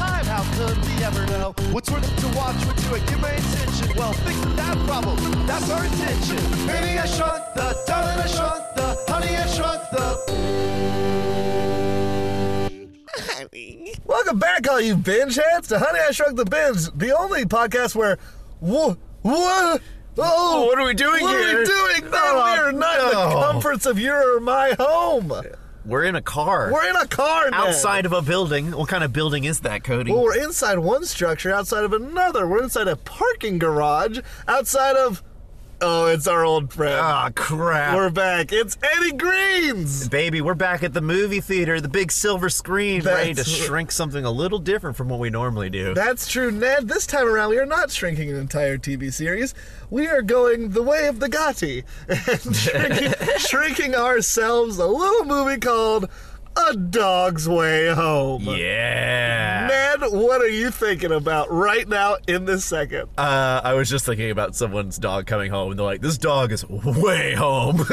could we ever know? What's worth it to watch? Would you give my attention? Well, fix that problem. That's our intention. Baby, I shrunk the, darling, I shrunk the, honey, I shrunk the. Welcome back, all you binge heads, to Honey I Shrunk the Binge, the only podcast where. Whoa, whoa, oh, what are we doing what here? are we doing? No, Oh, we are not in no. the comforts of your or my home. We're in a car. We're in a car now. outside of a building. What kind of building is that, Cody? Well, we're inside one structure, outside of another. We're inside a parking garage, outside of. Oh, it's our old friend. Ah, crap. We're back. It's Eddie Greens. Baby, we're back at the movie theater, the big silver screen, ready to That's- shrink something a little different from what we normally do. That's true, Ned. This time around, we are not shrinking an entire TV series. We are going the way of the Gotti and shrinking, shrinking ourselves a little movie called A Dog's Way Home. yeah. Ned, what are you thinking about right now in this second? Uh, I was just thinking about someone's dog coming home, and they're like, "This dog is way home.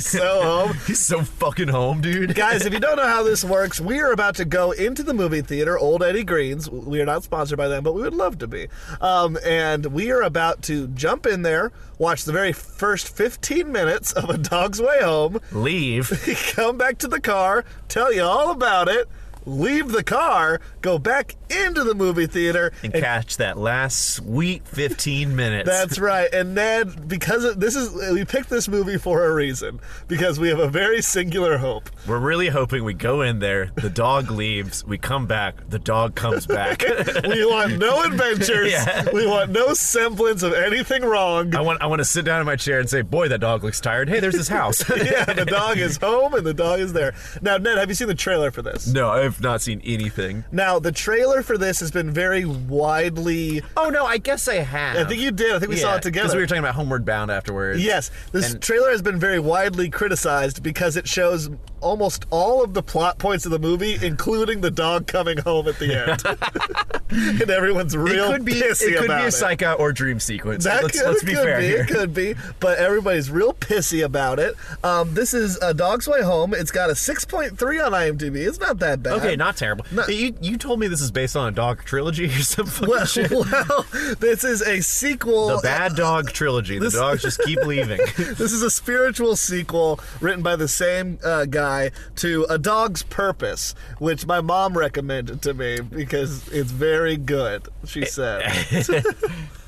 so home. He's so fucking home, dude." Guys, if you don't know how this works, we are about to go into the movie theater, Old Eddie Green's. We are not sponsored by them, but we would love to be. Um, and we are about to jump in there, watch the very first 15 minutes of A Dog's Way Home, Leave. come back to the car, tell you all about it, leave the car, go back into the movie theater, and catch that last sweet 15 minutes. That's right. And Ned, because of, this is we picked this movie for a reason because we have a very singular hope. We're really hoping we go in there, the dog leaves, we come back, the dog comes back. We want no adventures. Yeah. We want no semblance of anything wrong. I want I want to sit down in my chair and say, "Boy, that dog looks tired. Hey, there's his house." Yeah, the dog is home and the dog is there. Now, Ned, have you seen the trailer for this? no, I've not seen anything. Now, the trailer for this has been very widely. Oh no, I guess I have. I think you did. I think we saw it together. because we were talking about Homeward Bound afterwards. Yes, this And- trailer has been very widely criticized because it shows almost all of the plot points of the movie, including the dog coming home at the end. and everyone's it real could be it pissy could be about a it. psycho or dream sequence. That let's could, let's be could fair be, here. It could be, but everybody's real pissy about it. Um, this is a Dog's Way Home. It's got a 6.3 on IMDb. It's not that bad. Okay, not terrible. No. You you told me this is based on a dog trilogy or some fucking Well, shit. well, this is a sequel. The Bad Dog trilogy. The This- dogs just keep leaving. this is a spiritual sequel written by the same uh, guy to A Dog's Purpose, which my mom recommended to me because it's very good, Eh, she said.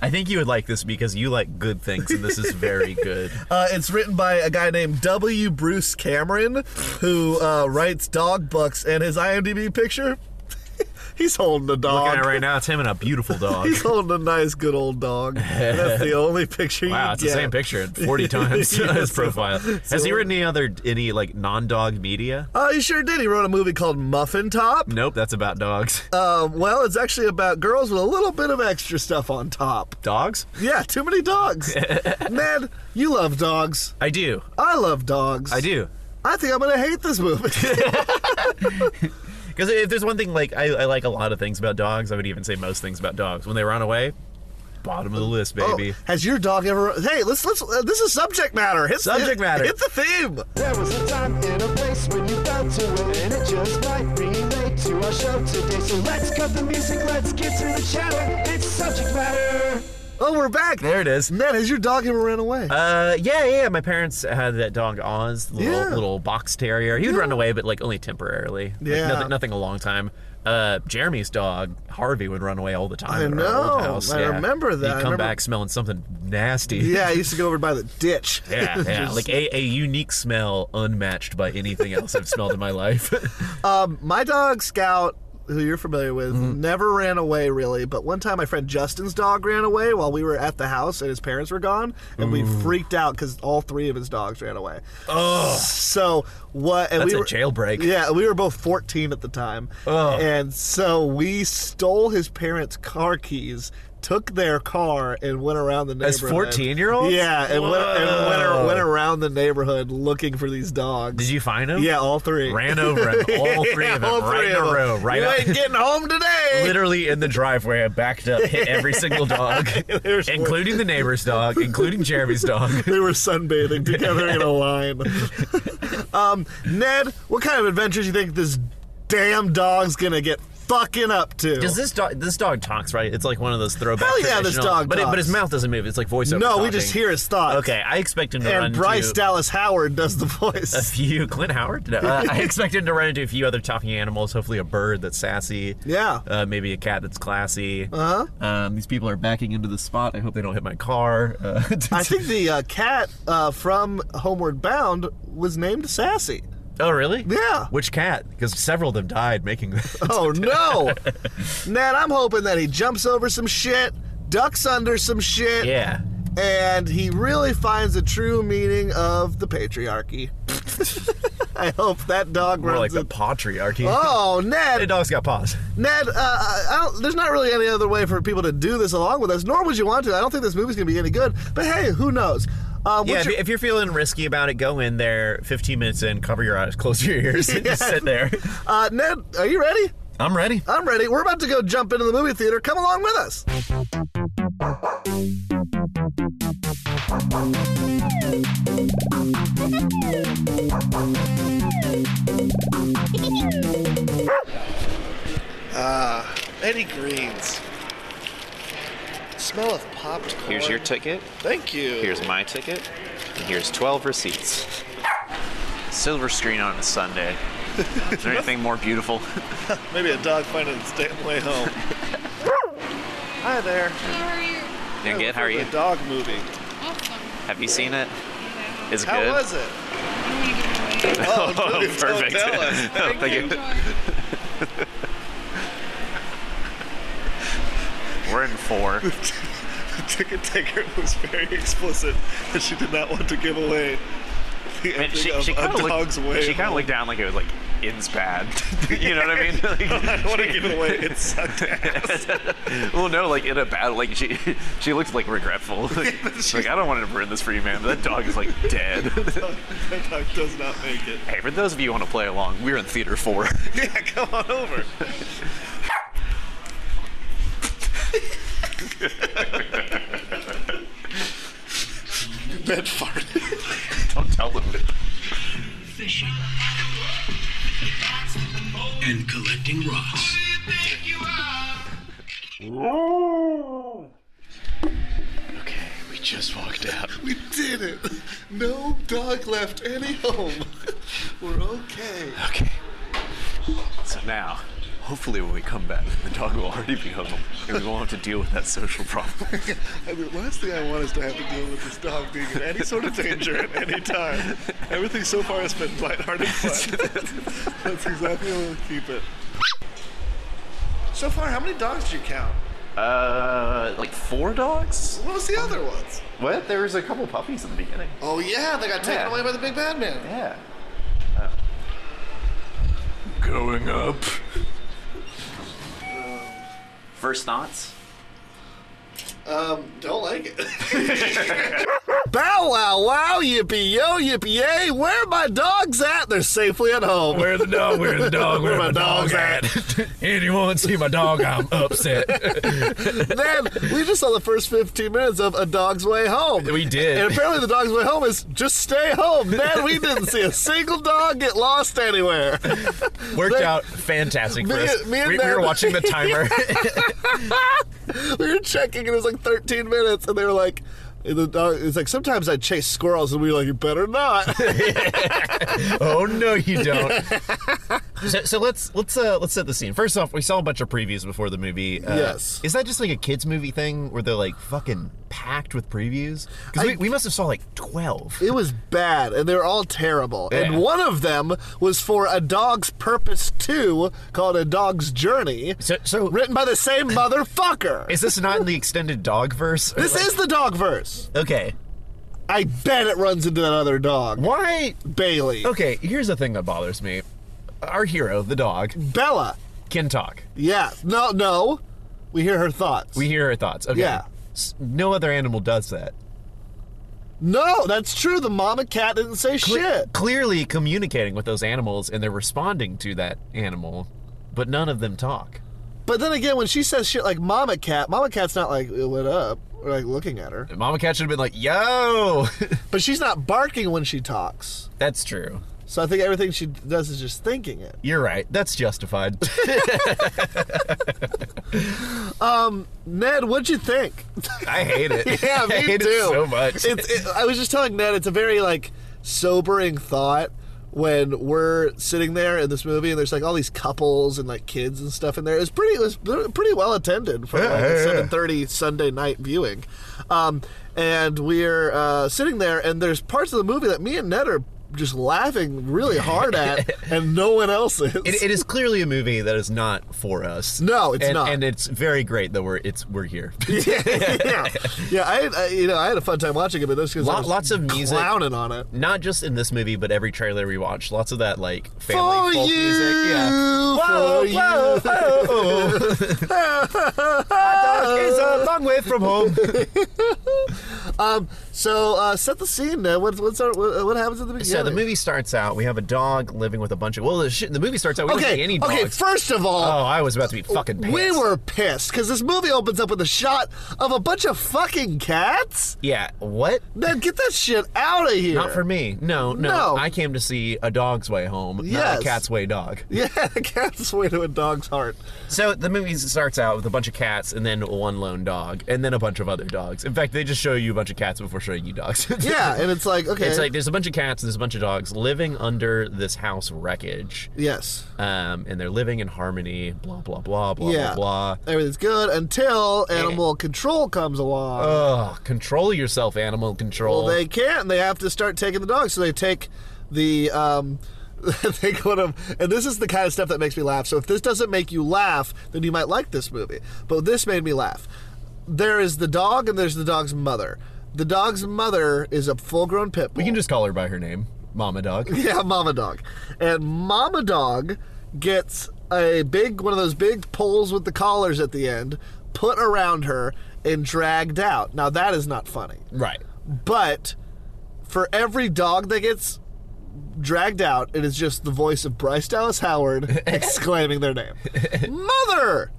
I think you would like this because you like good things, and this is very good. Uh, it's written by a guy named W. Bruce Cameron, who uh, writes dog books, and his IMDb picture, he's holding a dog. Looking at it right now, it's him and a beautiful dog. He's holding a nice, good old dog. That's the only picture you Wow, it's get. the same picture 40 times on Yeah, his so- profile. Has he so- written any other any like non-dog media? Oh, he sure did. He wrote a movie called Muffin Top. Nope, that's about dogs. Um, well, it's actually about girls with a little bit of extra stuff on top. dogs? Yeah, too many dogs. Ned, you love dogs. I do. I love dogs. I do. I think I'm gonna hate this movie. Because if there's one thing like I, I like a lot of things about dogs, I would even say most things about dogs. When they run away, bottom of the list, Oh, baby. has your dog ever? Hey, let's let's. Uh, this is subject matter. Hit, Subject hit- matter. Hit the theme. There was a time and a place when you felt to it, and it just might relate to our show today. So let's cut the music, let's get to the chatter. It's subject matter. Oh, we're back. There it is. Ned, has your dog ever ran away? Uh, yeah, yeah. My parents had that dog Oz, the little, Yeah. little box terrier. He would run away, but like only temporarily. Like, Yeah. nothing, nothing a long time. Uh, Jeremy's dog Harvey would run away all the time. I at our old know. house. I remember that. He'd I come remember- back smelling something nasty. yeah, I used to go over by the ditch. Yeah, yeah. Just- like a, a unique smell unmatched by anything else I've smelled in my life. Um, my dog Scout, who you're familiar with, Mm-hmm. never ran away really. But one time, my friend Justin's dog ran away while we were at the house and his parents were gone, and we Mm. freaked out because all three of his dogs ran away. Oh, so what? And That's we a were, jailbreak. Yeah, we were both 14 at the time, Ugh. and so we stole his parents' car keys. Took their car and went around the neighborhood. As 14-year-olds? yeah, and, went, and went, ar- Whoa. went around the neighborhood looking for these dogs. Did you find him? Yeah, all three Ran over him, all three of them, all right three in a of them. row, right You up- ain't getting home today. Literally in the driveway, I backed up, hit every single dog, There's one. including the neighbor's dog, including Jeremy's dog. They were sunbathing together in a line. um, Ned, what kind of adventures you think this damn dog's gonna get fucking up to? Does this dog? This dog talks, right? It's like one of those throwback. Hell yeah, this traditional- dog But, it, but his talks. mouth doesn't move. It's like voiceover. no, we talking. just hear his thoughts. Okay, I expect him to run And Bryce to Dallas Howard does the a voice. few Clint Howard. No, uh, I expect him to run into a few other talking animals. Hopefully, a bird that's sassy. Yeah. Uh-huh. Uh, maybe a cat that's classy. Uh huh. Um, these people are backing into the spot. I hope they don't hit my car. Uh, I think the uh, cat uh, from Homeward Bound was named Sassy. oh, really? Yeah. Which cat? Because several of them died making. that. Oh no! Man, I'm hoping that he jumps over some shit, ducks under some shit, yeah. and he really finds the true meaning of the patriarchy. I hope that dog More runs. like the in- patriarchy. oh, The Ned! dog's got paws. Ned, uh, I I don't, there's not really any other way for people to do this along with us, nor would you want to. I don't think this movie's gonna be any good. But hey, who knows? Um, Yeah, what's if, your- you- if you're feeling risky about it, go in there 15 minutes in, cover your eyes, close your ears, and just Yes. sit there. uh, Ned, are you ready? I'm ready. I'm ready. We're about to go jump into the movie theater. Come along with us. Eddie Ah, Greens. Smell of popped corn. Here's your ticket. Thank you. Here's my ticket. And here's 12 receipts. Silver screen on a Sunday. Is there anything more beautiful? Maybe a dog finding its damn way home. Hi there. Doing good? How For are you? The dog movie. Awesome. Have you seen it? Is it How good? was it? I'm gonna give it away. Oh, please don't perfect. tell us. Thank Oh, Thank you. We're in four. The ticket taker was very explicit that she did not want to give away the And ending she of she a kind of dog's looked, way. she kinda home. looked down like it was like ins bad. you know what I mean? I Like, don't want to give it away. It sucked ass. well, no, like in a bad, like she she looked like regretful. Like, like I don't want to ruin this for you, man. But that dog is like dead. that dog does not make it. Hey, for those of you who want to play along, we're in theater four. Yeah, come on over. Bed farted. Don't tell them. and collecting rocks. Okay, we just walked out. We did it. No dog left any home. We're okay. Okay. So now, hopefully, when we come back, the dog will already be home, and we won't have to deal with that social problem. I mean, the last thing I want is to have to deal with this dog being in any sort of danger at any time. Everything so far has been lighthearted fun. That's exactly how we'll keep it. So far, how many dogs did you count? Uh, like four dogs? What was the other ones? What? There was a couple puppies in the beginning. Oh yeah, they got taken Yeah. away by the big bad man. Yeah. Going up. First knots. Um, Don't like it. Bow wow wow, yippee yo, yippee yay, where my dogs at? They're safely at home. Where's the dog? Where's the dog? Where my dog's Anyone see my dog? I'm upset. Then we just saw the first 15 minutes of A Dog's Way Home. We did. And apparently the dog's way home is just stay home. Man, we didn't see a single dog get lost anywhere. Worked out fantastic for Me- us. me and we, we were Ned- watching the timer. we were checking and it was like 13 minutes and they were like, and the dog, it's like sometimes I chase squirrels and we were like, you better not. oh no, you don't. So, so let's let's uh, let's set the scene. First off, we saw a bunch of previews before the movie. Uh, Yes. is that just like a kids movie thing where they're like fucking packed with previews? Because we, we must have saw like twelve. It was bad, and they were all terrible. Yeah. And one of them was for A Dog's Purpose 2, called A Dog's Journey, So- so- written by the same motherfucker. Is this not in the extended dog verse? this is the dog verse. okay. I bet it runs into that other dog, Why? Bailey. Okay, here's the thing that bothers me. Our hero, the dog, Bella. can talk. Yeah. No, no. We hear her thoughts. We hear her thoughts. Okay. Yeah. S- No other animal does that. no, that's true. The mama cat didn't say Cle- shit. Clearly communicating with those animals, and they're responding to that animal, but none of them talk. But then again, when she says shit like mama cat, mama cat's not like, what up? Or like looking at her. And Mama Cat should have been like, "Yo, But she's not barking when she talks. that's true." So I think everything she does is just thinking it. You're right. That's justified. Ned, what'd you think? I hate it. Yeah, me I hate too. it so much. It's, it, I was just telling Ned, it's a very like sobering thought when we're sitting there in this movie, and there's like all these couples and like kids and stuff in there. It's pretty, it was pretty well attended for like, yeah, a yeah. seven thirty Sunday night viewing. Um, and we're uh, sitting there, and there's parts of the movie that me and Ned are just laughing really hard at, and no one else is. It, it is clearly a movie that is not for us. No, it's and, not. and it's very great that we're it's we're here. yeah, yeah. I, I, you know, I had a fun time watching it, but that's because Lot- lots of music. clowning on it. not just in this movie, but every trailer we watch, lots of that like For family folk you, music. Yeah. for you. It's a long way from home. So uh, set the scene. Ned. What, what's our, what, what happens at the beginning? so the movie starts out. We have a dog living with a bunch of. Well, the, shit, the movie starts out. We don't see Okay. any dogs. Okay. First of all, oh, I was about to be fucking. Pissed. we were pissed because this movie opens up with a shot of a bunch of fucking cats. Yeah. What? Ned, get that shit out of here. Not for me. No, no. No. I came to see a dog's way home, not Yes. a cat's way dog. Yeah, a cat's way to a dog's heart. So the movie starts out with a bunch of cats and then one lone dog and then a bunch of other dogs. In fact, they just show you a bunch of cats before showing you dogs. Yeah, and it's like okay, It's like there's a bunch of cats and there's a bunch of dogs living under this house wreckage. yes, Um, and they're living in harmony, blah, blah, blah, blah, yeah, blah, blah. everything's good until animal control comes along. Ugh, control yourself, animal control. Well, they can't. They have to start taking the dogs. So they take the. Um, they go to, and this is the kind of stuff that makes me laugh. So if this doesn't make you laugh, then you might like this movie. But this made me laugh. There is the dog, and there's the dog's mother. The dog's mother is a full-grown pit bull. we can just call her by her name, Mama Dog. yeah, mama dog, and mama dog gets a big one of those big poles with the collars at the end put around her and dragged out. Now that is not funny. right. But for every dog that gets dragged out, it is just the voice of Bryce Dallas Howard exclaiming their name. Mother!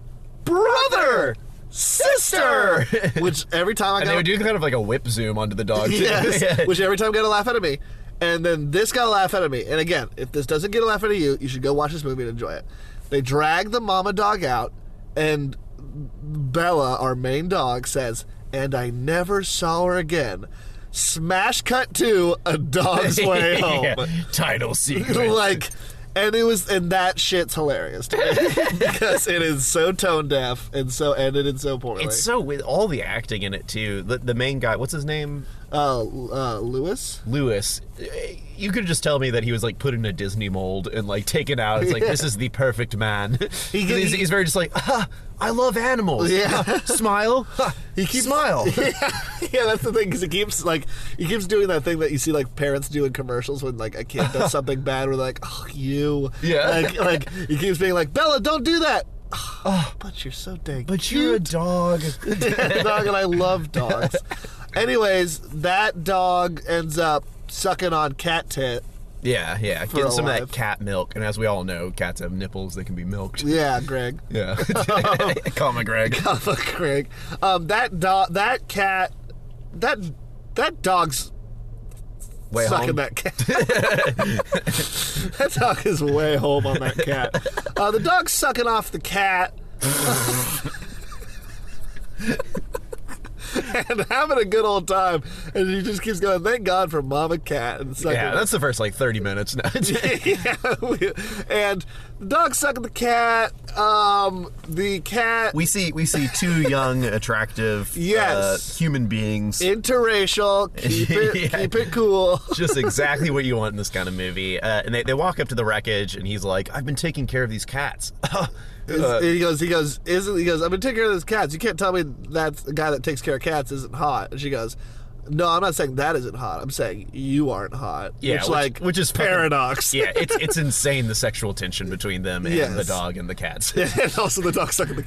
Brother! Sister! which every time I And they got would do kind of like a whip zoom onto the dog. too. Yes. which every time got a laugh out of me. And then this got a laugh out of me. And again, if this doesn't get a laugh out of you, you should go watch this movie and enjoy it. They drag the mama dog out, and Bella, our main dog, says, "And I never saw her again." Smash cut to a dog's way home. Yeah. Title sequence. like, and it was, and that shit's hilarious to me because it is so tone deaf and so ended and so poorly. It's so with all the acting in it too. The, the main guy, what's his name? uh, uh, Lewis. Lewis. eh, You could just tell me that he was like put in a Disney mold and like taken out. It's like Yeah. this is the perfect man. 'Cause He- he's, he- he's very just like, ah, I love animals. Yeah. Ah, smile. Ah, He keeps- smile. yeah, that's the thing because he keeps like he keeps doing that thing that you see like parents do in commercials when like a kid does something bad. We're like, oh, you. Yeah. Like, like he keeps being like, Bella, don't do that. Oh, but you're so dang. but you're a dog. dog, and I love dogs. Anyways, that dog ends up sucking on cat tit. yeah, yeah. Getting a some of life. that cat milk. And as we all know, cats have nipples. They can be milked. Yeah, Greg. Yeah. Call my Greg. Alpha Craig. Um, that dog, that cat, that that dog's Way sucking home. that cat. that dog is way home on that cat. Uh, the dog's sucking off the cat. and having a good old time, and he just keeps going. Thank God for Mama Cat and sucking. Yeah, that's the first like 30 minutes now. yeah, we- and the dog sucking the cat. Um, the cat We see we see two young, attractive Yes. uh, human beings. interracial. Keep it, Yeah. keep it cool. just exactly what you want in this kind of movie. Uh, and they, they walk up to the wreckage, and he's like, "I've been taking care of these cats." Uh, Is- he goes, he goes, isn't he goes, I've been taking care of those cats. You can't tell me that the guy that takes care of cats isn't hot. And she goes, No, I'm not saying that isn't hot. I'm saying you aren't hot. Yeah, which, which- like which is fucking- paradox. yeah, it's it's insane the sexual tension between them and Yes. the dog and the cats. and also the dog stuck in the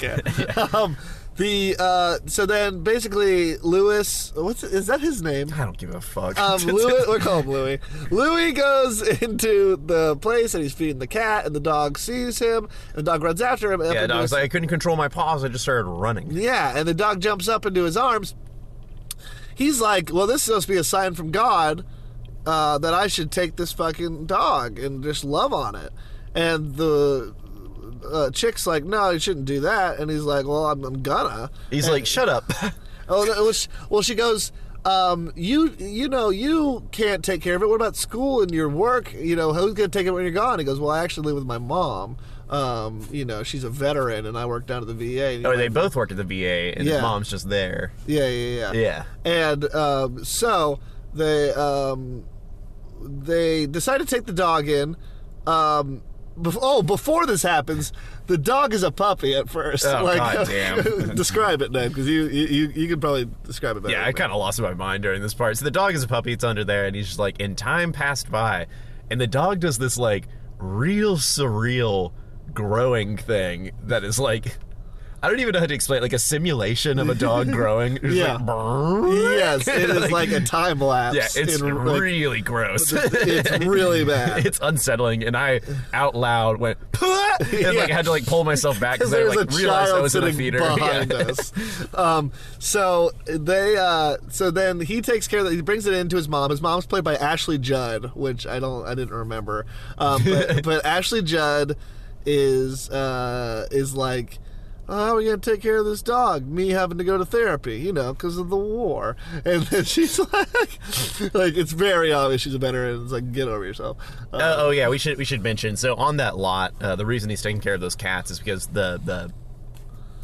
cat. Um the uh so then basically Lewis what's is that his name? I don't give a fuck. Um, Louis, we call him Louis. Louis goes into the place and he's feeding the cat, and the dog sees him, and the dog runs after him. And up yeah, into dog's his- like, I couldn't control my paws. I just started running. Yeah, and the dog jumps up into his arms. He's like, "Well, this is supposed to be a sign from God." uh, that I should take this fucking dog and just love on it. And the uh, chick's like, no, you shouldn't do that. And he's like, well, I'm, I'm gonna. He's like, shut up. Oh, no, well, she, well, she goes. Um, you you know you can't take care of it. What about school and your work? You know who's gonna take it when you're gone? He goes. Well, I actually live with my mom. Um, you know she's a veteran, and I work down at the VA. And or he's Oh, they like, both work at the VA, and Yeah. his mom's just there. Oh, Yeah, yeah, yeah. Yeah. And um, so they um, they decide to take the dog in. Um, bef- oh, before this happens, the dog is a puppy at first. uh, Oh, goddamn. describe it, Ned, because you, you you you can probably describe it better. Yeah, I kind of lost my mind during this part. So the dog is a puppy. It's under there, and he's just like, "And time passed by," and the dog does this like real surreal growing thing that is like, I don't even know how to explain. it, Like a simulation of a dog growing. It's Yeah. Like, brrrr. Yes, it is like a time lapse. yeah, it's in, like, really gross. it's really bad. it's unsettling, and I out loud went. and like I had to like pull myself back because because I there's like a realized I child was in sitting a theater. Yeah. behind us. Um, so they, uh, so then he takes care of. The, he brings it into his mom. His mom's played by Ashley Judd, which I don't, I didn't remember. Um, but, but Ashley Judd is uh, is like. Oh, how are we gonna take care of this dog? Me having to go to therapy, you know, because of the war. And then she's like, like it's very obvious she's a veteran. It's like, get over yourself. Uh, Uh, oh yeah, we should we should mention. So on that lot, uh, the reason he's taking care of those cats is because the the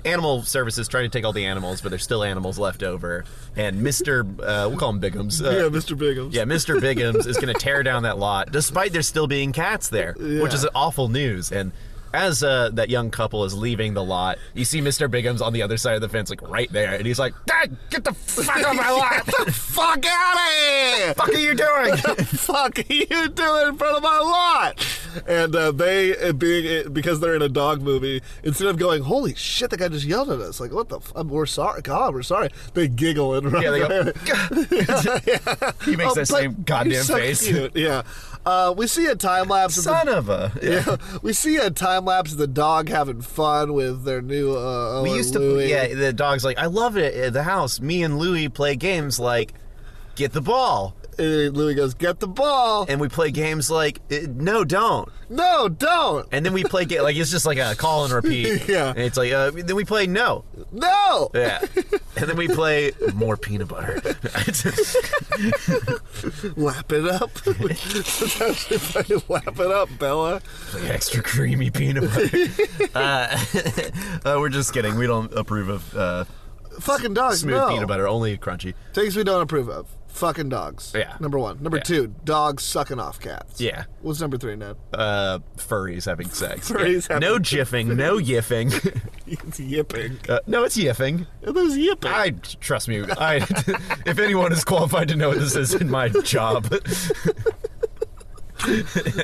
animal services trying to take all the animals, but there's still animals left over. And Mister, uh, we'll call him Bigums. yeah, Uh, Mr. Bigums. yeah, Mr. Bigums is going to tear down that lot, despite there still being cats there, which is awful news. And as uh, that young couple is leaving the lot, you see Mr. Bigums on the other side of the fence, like right there, and he's like, "Dad, get the fuck out of my lot! Fuck out of here! fuck are you doing?" the fuck are you doing in front of my lot? And uh, they, uh, being because they're in a dog movie, instead of going, "Holy shit, that guy just yelled at us!" Like, what the? F- um, we're sorry, God, we're sorry. They giggle and run. Yeah, they go, away. he makes that but same goddamn you're so face. cute. Yeah, uh, we see a time lapse. of the- Son of a. yeah, we see a time lapse of the dog having fun with their new. Uh, We Owen used to, Louie. yeah. The dog's like, I love it at the house. Me and Louie play games like, get the ball, And Louis goes, "Get the ball." and we play games like, eh, no, don't. no, don't. And then we play ga- like it's just like a call and repeat. Yeah. And it's like, uh, then we play no. No. Yeah. and then we play more peanut butter. Lap it up. Sometimes they play lap it up, Bella. Like extra creamy peanut butter. uh, uh, we're just kidding. We don't approve of uh, Fucking dogs. smooth no. peanut butter. Only crunchy. Things we don't approve of. Fucking dogs. Yeah. Number one. Number Yeah. two, dogs sucking off cats. Yeah. What's number three, Ned? Uh, furries having sex. Furries Yeah. having no jiffing. No yiffing. It's yipping. Uh, no, it's yiffing. There's yipping. I trust me. I, if anyone is qualified to know what this is in my job,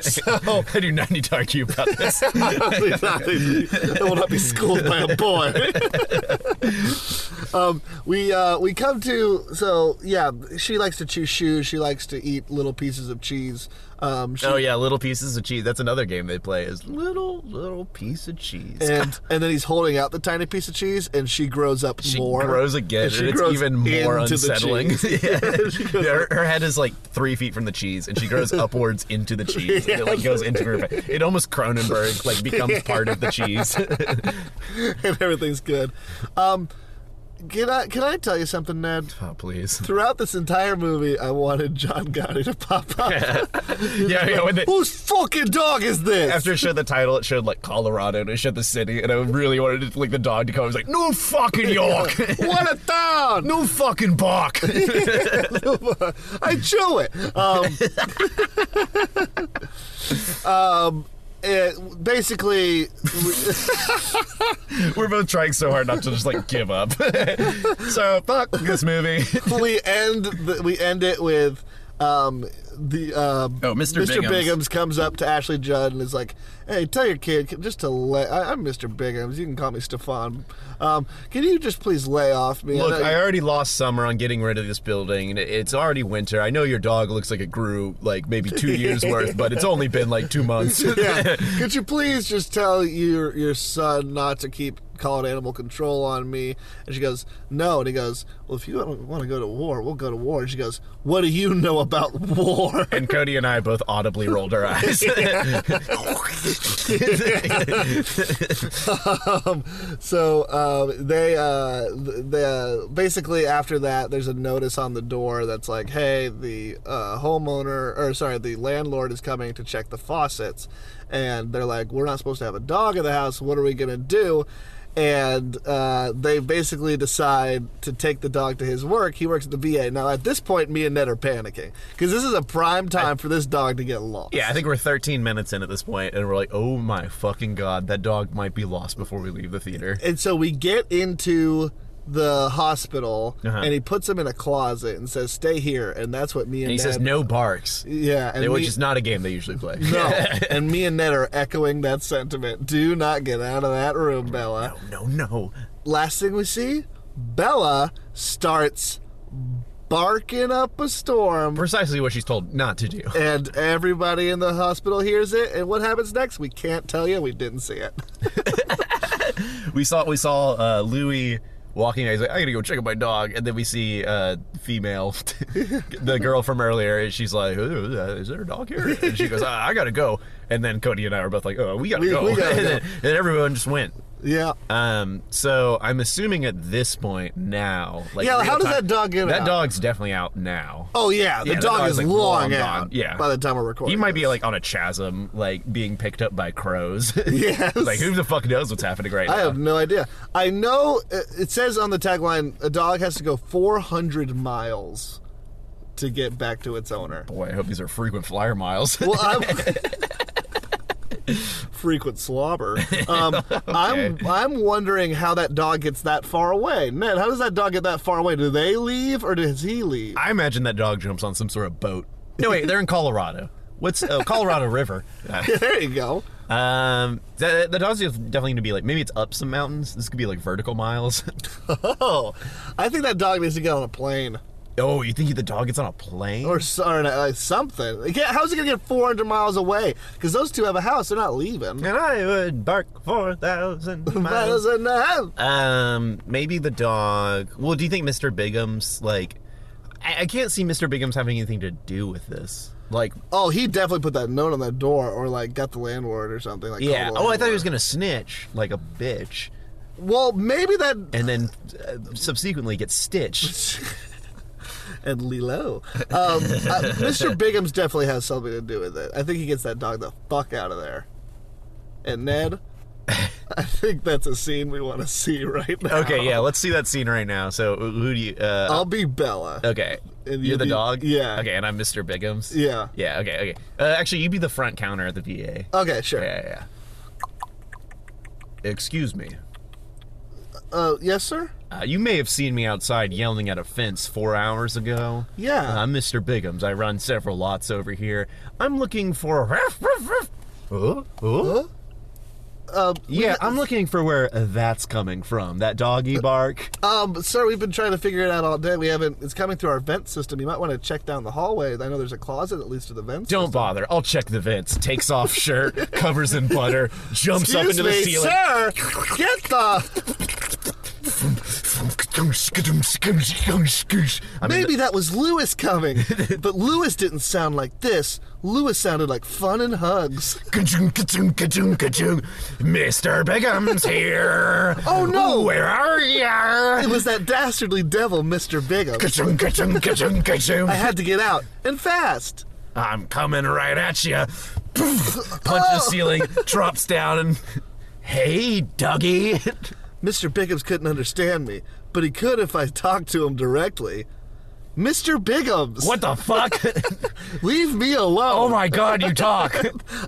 so oh, I do not need to argue about this. I will not be schooled by a boy. um, we uh, we come to so yeah. She likes to chew shoes. She likes to eat little pieces of cheese. Um, she, oh yeah, little pieces of cheese. That's another game they play. Is little little piece of cheese. and and then he's holding out the tiny piece of cheese, and she grows up she more. grows again, and, she it's grows even more into the unsettling. cheese. Yeah. her, her head is like three feet from the cheese, and she grows upwards into the cheese. and it like goes into her. fa- It almost Cronenberg like becomes part of the cheese. and everything's good. Um, can I can I tell you something, Ned? oh please. Throughout this entire movie, I wanted John Gotti to pop up. Yeah, yeah. When they, Whose fucking dog is this? after it showed the title, it showed like Colorado and it showed the city, and I really wanted it, like the dog to come. I was like, "No fucking York, what a town! no fucking bark." I chew it. Um, um, it- basically, We're both trying so hard not to just like give up. so fuck this movie. we end the, we end it with um, the um, Oh, Mr. Biggums. Biggums comes up to Ashley Judd and is like, "Hey, tell your kid just to lay. I, I'm Mr. Biggums. You can call me Stefan. Um, can you just please lay off me? Look, know I already lost summer on getting rid of this building, and it- it's already winter. I know your dog looks like it grew like maybe two years worth, but it's only been like two months. yeah. Could you please just tell your your son not to keep called animal control on me. And she goes, No. And he goes, Well, if you don't want to go to war, we'll go to war. And she goes, What do you know about war? And Cody and I both audibly rolled our eyes. um, so uh, they, uh, th- they uh, basically after that, there's a notice on the door that's like, "Hey, the uh, homeowner, or sorry, the landlord is coming to check the faucets," and they're like, "We're not supposed to have a dog in the house. What are we gonna do?" And uh, they basically decide to take the dog to his work. He works at the VA. Now, at this point, me and Ned are panicking because this is a prime time for this dog to get lost. yeah, I think we're 13 minutes in at this point, and we're like, oh my fucking god, that dog might be lost before we leave the theater. and so we get into the hospital Uh-huh. and he puts him in a closet and says stay here and that's what me And and, he Ned, says, no barks. yeah and me, Which is not a game they usually play. no and me and Ned are echoing that sentiment do not get out of that room Bella no, no. last thing we see Bella starts barking up a storm Precisely what she's told not to do. and everybody in the hospital hears it and what happens next we can't tell you we didn't see it We saw we saw uh, Louis walking. out. He's like, I gotta go check on my dog. And then we see uh, female, the girl from earlier. And she's like, "Ooh, uh, Is there a dog here? And she goes, ah, I gotta go. And then Cody and I were both like, Oh, we gotta We- go. we gotta and, go. then- and everyone just went. yeah Um, so I'm assuming at this point now, like Yeah, how real does that dog get That out? dog's definitely out now. oh yeah the Yeah, the dog dog's, is like, long long, gone. out Yeah. by the time we're recording He might this. be like on a chasm, like being picked up by crows. Yes. like who the fuck knows what's happening right I now? have no idea. I know uh, it says on the tagline a dog has to go 400 miles to get back to its owner. Oh, Boy, I hope these are frequent flyer miles. Well, I'm frequent slobber. Um, I'm I'm wondering how that dog gets that far away. Ned, how does that dog get that far away? Do they leave or does he leave? I imagine that dog jumps on some sort of boat. No, wait, they're in Colorado. What's oh, Colorado River? there you go. Um, the, the dogs is definitely gonna be like maybe it's up some mountains. This could be like vertical miles. Oh, I think that dog needs to get on a plane oh, you think the dog gets on a plane? or, s- or uh, something. It can't- How's he gonna get 400 miles away? Because those two have a house. They're not leaving. and I would bark four thousand miles. Miles and a half. Um, maybe the dog. Well, do you think Mr. Bigum's like? I, I can't see Mr. Bigum's having anything to do with this. Like, Oh, he definitely put that note on that door, or like got the landlord or something. Like yeah. called the Oh, I thought he was landlord. gonna snitch like a bitch, Well, maybe that and then uh, subsequently get stitched. and Lilo. Um, uh, Mr. Bigham's definitely has something to do with it. I think he gets that dog the fuck out of there. And Ned, I think that's a scene we want to see right now. Okay, yeah. Let's see that scene right now. So, who do you? Uh, I'll be Bella. Okay. And You're you the be- dog? yeah. Okay, and I'm Mr. Biggums? Yeah. Yeah, okay, okay. Uh, actually, you be the front counter at the VA. Okay, sure. Yeah, yeah, yeah. Excuse me. Uh, yes, sir. Uh, you may have seen me outside yelling at a fence four hours ago. Yeah. Uh, I'm Mr. Biggums. I run several lots over here. I'm looking for. Ruff, ruff, ruff. Huh? Huh? Huh? Um, we- Uh, Yeah, I'm looking for where that's coming from. That doggy bark. Um, sir, we've been trying to figure it out all day. We haven't. It's coming through our vent system. You might want to check down the hallway. I know there's a closet that leads to the vents. Don't bother. I'll check the vents. Takes off shirt, covers in butter, jumps up into the ceiling. sir. Get the. I mean, Maybe that was Lewis coming, but Lewis didn't sound like this. Lewis sounded like fun and hugs. ka-chung, ka-chung, ka-chung, ka-chung. Mr. Bigum's here. Oh, no. Where are It ya? was that dastardly devil, Mr. Bigham. Ka-chung, ka-chung, ka-chung, ka-chung. I had to get out and fast. I'm coming right at you. Punch the ceiling, drops down, and hey, Dougie. Mr. Biggums couldn't understand me, but he could if I talked to him directly. Mr. Biggums, What the fuck? Leave me alone. oh my god, you talk.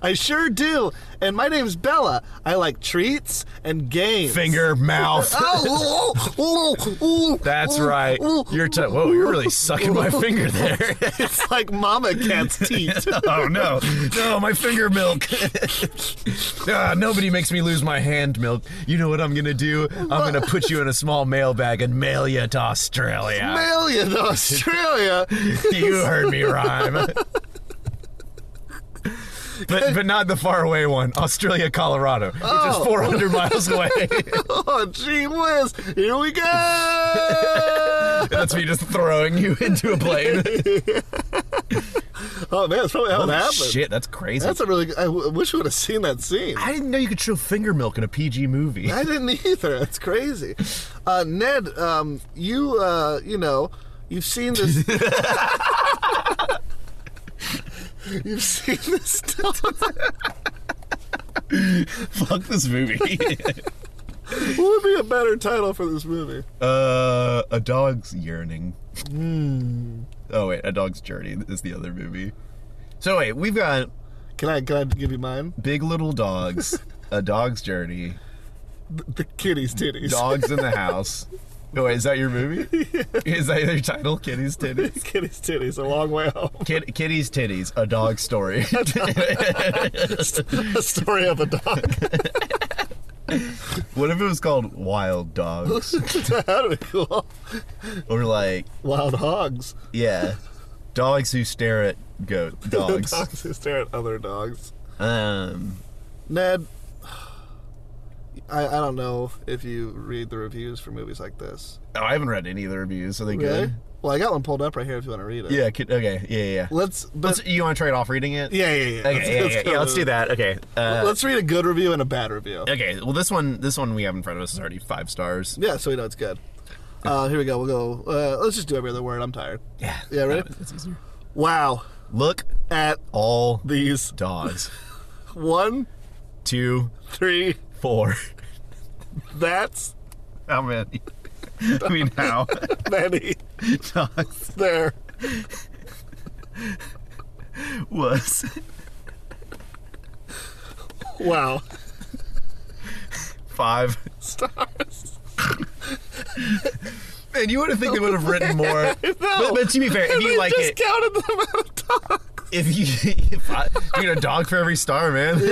I sure do. And my name's Bella. I like treats and games. Finger, mouth. Oh, ooh, ooh, ooh, ooh, That's ooh, right. ooh. You're t- whoa, you're really sucking my finger there. It's like Mama Cat's teeth. oh no, no, my finger milk. ah, nobody makes me lose my hand milk. You know what I'm gonna do? I'm gonna put you in a small mailbag and mail you to Australia. Mail you to Australia. you heard me rhyme. but but not the faraway one, Australia, Colorado, which Oh. is 400 miles away. and Oh, gee whiz! Here we go! that's me just throwing you into a plane. oh man, that's probably how it Holy happened. shit, that's crazy. That's a really. Good, I w- wish we would have seen that scene. I didn't know you could show finger milk in a PG movie. I didn't either. That's crazy. Uh, Ned, um, you uh, you know, you've seen this. you've seen this dog. Fuck this movie. What would be a better title for this movie? uh, a dog's yearning. Oh wait, a dog's journey is the other movie. So wait, we've got Can I can I give you mine? Big Little Dogs, A Dog's Journey, The, the kitty's titties. Dogs in the House. Oh, wait, is that your movie? Is that your title? Kitty's Titties? kitty's titties. A long way home. Kid, kitty's Titties, A Dog Story. a story of a dog. what if it was called Wild Dogs? That'd be cool. Or like, Wild hogs. yeah, Dogs Who Stare at Goat Dogs. dogs who stare at other dogs. Um, Ned, I, I don't know if you read the reviews for movies like this. oh, I haven't read any of the reviews. Are they good? Well, I got one pulled up right here if you want to read it. Yeah, kid, okay, yeah, yeah, yeah. Let's, but, Let's, you want to trade off reading it? yeah, yeah, yeah. Okay, yeah, yeah, yeah, go yeah, let's to- do that. Okay. Uh, Let's read a good review and a bad review. okay, well, this one, this one we have in front of us is already five stars. Yeah, so we know it's good. Uh, here we go. We'll go. Uh, let's just do every other word. I'm tired. Yeah. Yeah, ready? That's easier. Wow. Look At all the these dogs. one, Two, three, four. that's How many? I mean, how many dogs there. was Wow. five Stars. And you would have think they would have written more. but, but to be fair, if you They like just it, counted the amount of dogs. if you, if I, dude, a dog for every star, man. but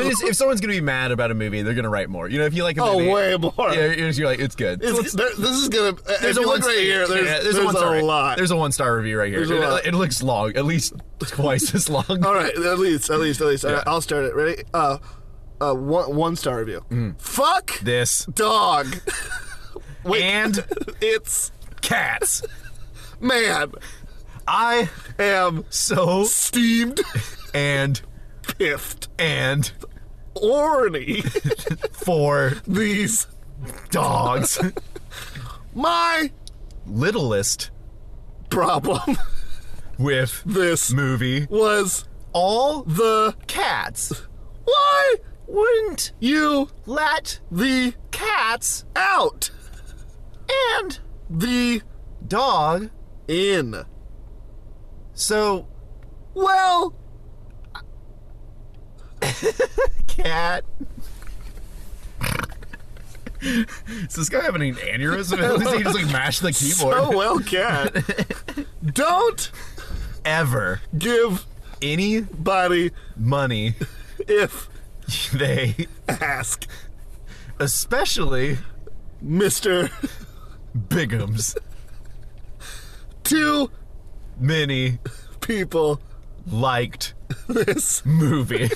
it's- if someone's gonna be mad about a movie, they're gonna write more. You know, if you like a Oh, movie, way more. yeah, you're, you're like it's good. It's, there, this is gonna. There's There's if a you one look right here. There's, yeah, there's, a, one star, a lot. There's a one star review right here. There's a lot. It, it looks long, at least twice as long. All right, at least, at least, at least. All right, Yeah. I'll start it. Ready? Uh, uh, one one star review. Mm. Fuck This dog. and It's cats. man. I Am so steamed, and piffed, and orny. for These dogs. my Littlest problem. with This movie. was All the cats why wouldn't you let the cats out and the dog. in. So Well, cat. Is this guy having an aneurysm? At least he just like mashed the keyboard. so well, cat. Don't Ever give any body money if they, ask especially Mr. Bigums, Two many people liked this movie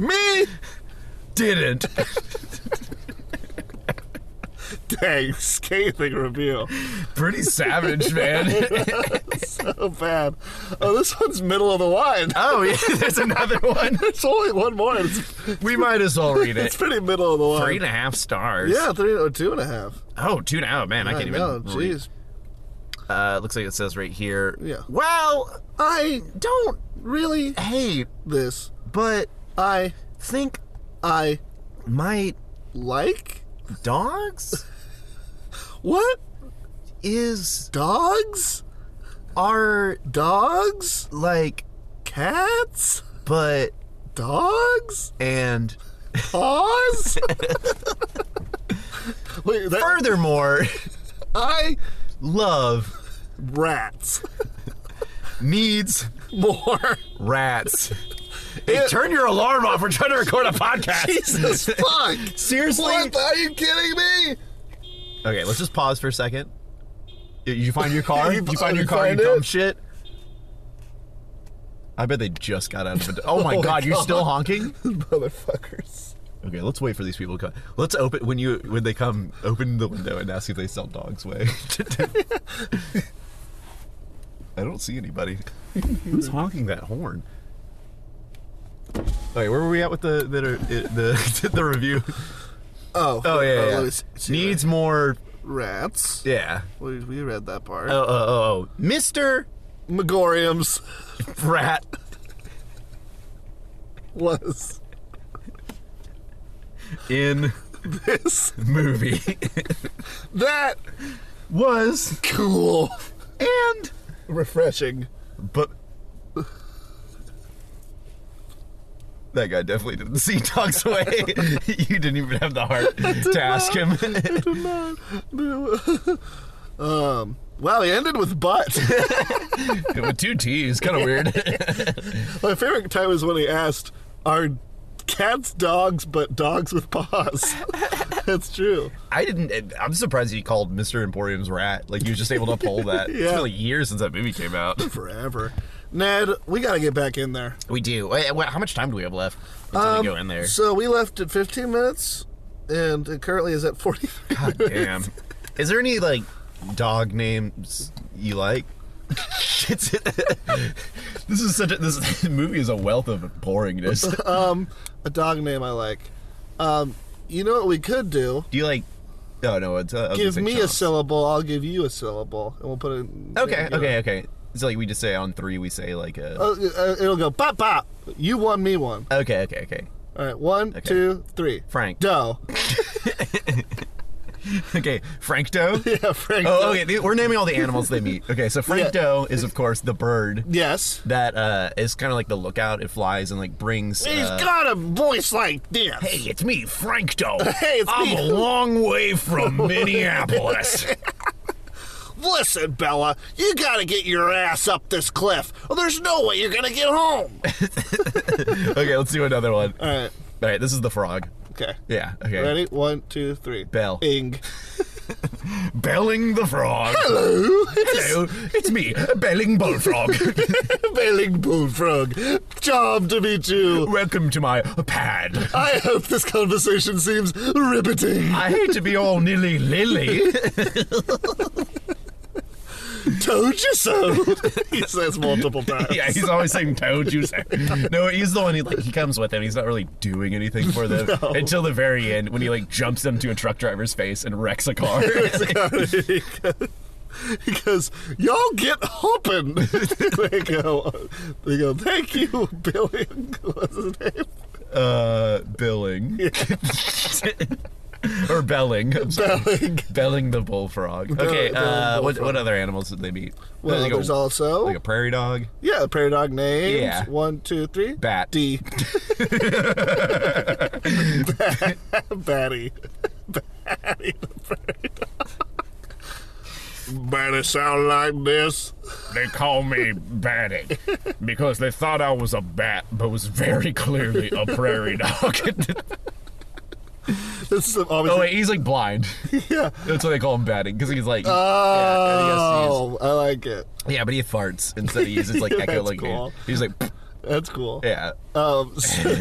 me didn't. dang scathing review. Pretty savage, man. So bad. Oh, this one's middle of the line. oh, yeah, there's another one. It's only one more. and It's, We might as well read it's it. pretty middle of the line. Three and a half stars. yeah, three or two and a half. Oh, two and a half. Man, I can't know. even. read. Jeez. Uh, looks like it says right here. Yeah. Well, I don't really hate, this. but I think I might like dogs what is dogs are dogs like, cats but dogs and paws. Wait, that, furthermore, I love rats needs more. rats. Hey, turn your alarm off. We're trying to record a podcast. Jesus fuck! Seriously? What? the- Are you kidding me? Okay, let's just pause for a second. You- You find your car. You you find your car. find you it? dumb shit. I bet they just got out of a. Oh my god, you're still honking? Motherfuckers. Okay, let's wait for these people to come. Let's open when you when they come. Open the window and ask if they sell dogs. Way. I don't see anybody. Who's honking that horn? Okay, where were we at with the the the, the, the review? Oh. Oh yeah, yeah. let me see- see needs more. rats. Yeah. We, we read that part. Oh oh oh, oh. Mister Megoriums Rat. was in this movie that was cool, and refreshing. but that guy definitely didn't see dogs away. you didn't even have the heart to ask him. Oh, Wow, Um, he ended with butt. With two T's, kind of weird. My favorite time was when he asked, "Are cats dogs, but dogs with paws?" That's true. I didn't. I'm surprised he called Mr. Emporium's rat. Like he was just able to uphold that. It's Yeah. been like years since that movie came out. Forever. Ned, we gotta get back in there. We do. Wait, wait, How much time do we have left until we go in there? So we left at 15 minutes, and it currently is at 43. God damn. Is there any like dog names you like? It's- this is such a this movie is a wealth of boringness. A dog name I like. Um, you know what we could do? Do you like? Oh no, it's uh, I was gonna Give say me a chomps. syllable, I'll give you a syllable, and we'll put it. In Okay, okay, okay. So like we just say on three, we say like a. Uh, uh, it'll go pop pop. You won, me one. Okay, okay, okay. All right, one, Okay. two, three. Frank. Doe. Okay, Frank Doe. yeah, Frank. Oh, Doe. okay. the- We're naming all the animals they meet. Okay, so Frank Yeah. Doe is of course the bird Yes. that uh, is kind of like the lookout. It flies and like brings. He's uh, got a voice like this. Hey, it's me, Frank Doe. Hey, it's I'm me. a long way from Minneapolis. Listen, Bella, you gotta get your ass up this cliff. Or there's no way you're gonna get home. okay, let's do another one. All All right. right, this is the frog. Okay. Yeah. Okay. Ready? One, two, three. Bell. Ing. Belling the frog. Hello. Hello, it's me, Belling Bullfrog. Bailing bullfrog. Charmed to meet you. Welcome to my pad. I hope this conversation seems riveting. I hate to be all nilly lilly. Told you so. he says multiple times. yeah, he's always saying "told you so." No, he's the one. He like he comes with them. He's not really doing anything for them until the very end when he like jumps them to a truck driver's face and wrecks a car. He goes, y'all get hopping. they go, they go, thank you, Billy. What's his name? uh, billing or belling. I'm sorry. Belling. Belling the bullfrog. Okay, Belling uh, what, bullfrog. what other animals did they meet? Well, like there's a, also like a prairie dog. yeah, prairie dog names. Yeah. One, two, three. Bat. D. Batty. Batty the prairie dog. Batty sound like this. They call me Batty because they thought I was a bat, but was very clearly a prairie dog. This is always. Oh wait, he's like blind. yeah. That's what they call him batting because he's like. Oh, I like it. Yeah, but he farts instead of uses like Yeah, echo that's like cool. he's like That's cool. yeah. Um, so, so-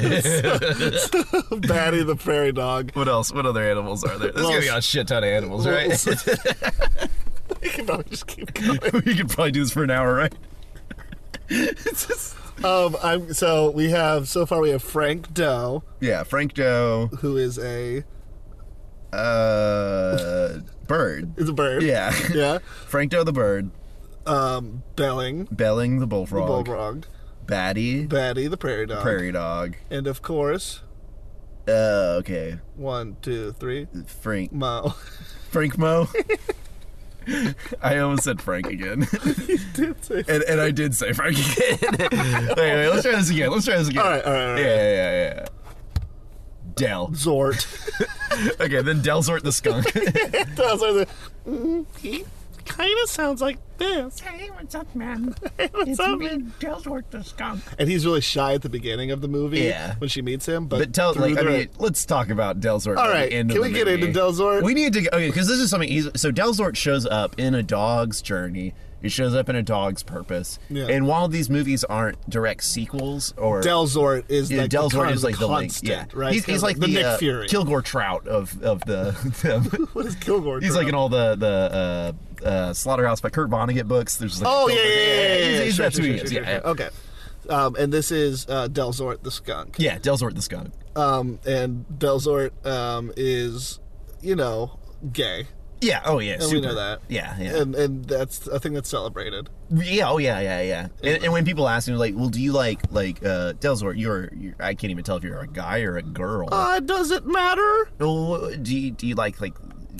Batty the prairie dog. What else? What other animals are there? There's Well, gonna be a shit ton of animals, right? we can probably just keep going. we could probably do this for an hour, right? Um, I'm, so we have so far we have Frank Doe, Yeah, Frank Joe, who is a uh, bird. is a bird. Yeah, Yeah. Frank Joe the bird, Um, Belling, Belling the bullfrog, Bullfrog, Batty, Batty the prairie dog, prairie dog. and of course Uh, okay, one, two, three, Mm. Frank Mo. Frank Mo. I almost said Frank again, Did say- and, and I did say Frank again. wait, wait, let's try this again. Let's try this again. all right, all right, all right. Yeah, yeah, yeah, yeah. Dell. Zort. Okay, then Delzort the skunk. That was like the- mm, he kind of sounds like Yes. Hey, what's up, man? What's up, man? Galsworth the skunk. And he's really shy at the beginning of the movie Yeah. when she meets him. But, But tell, through like, I the- mean, let's talk about Delzort. All by right, the end of can the we get movie. into Delzort? We need to, okay, because this is something. He's, so Delzort shows up in a dog's journey. He shows up in a dog's purpose. Yeah. And while these movies aren't direct sequels or Delzort is yeah, like Delzort the, con- is like the, link, constant, yeah. right? He's, Kind he's of like the, Nick uh, Fury. Kilgore Trout of of the. what is Kilgore? he's like in from? all the the uh, uh, Slaughterhouse by Kurt Vonnegut books. There's like Oh yeah, yeah, Kilgore- yeah, yeah, yeah, he's- yeah, he's sure, that's sure, who he sure, is, sure, yeah, Oh, sure. yeah. Okay. Um, and this is uh, Delzort the skunk. Yeah, Delzort the skunk. Um, and Delzort um, is, you know, gay, Yeah. Oh yeah. and super. we know that. Yeah. Yeah. And and that's a thing that's celebrated. Yeah, oh yeah, yeah, yeah. And, and when people ask me, like, well, do you like like uh, Delzort? You're, you're, I can't even tell if you're a guy or a girl. Uh, does it matter? Oh, do you do you like like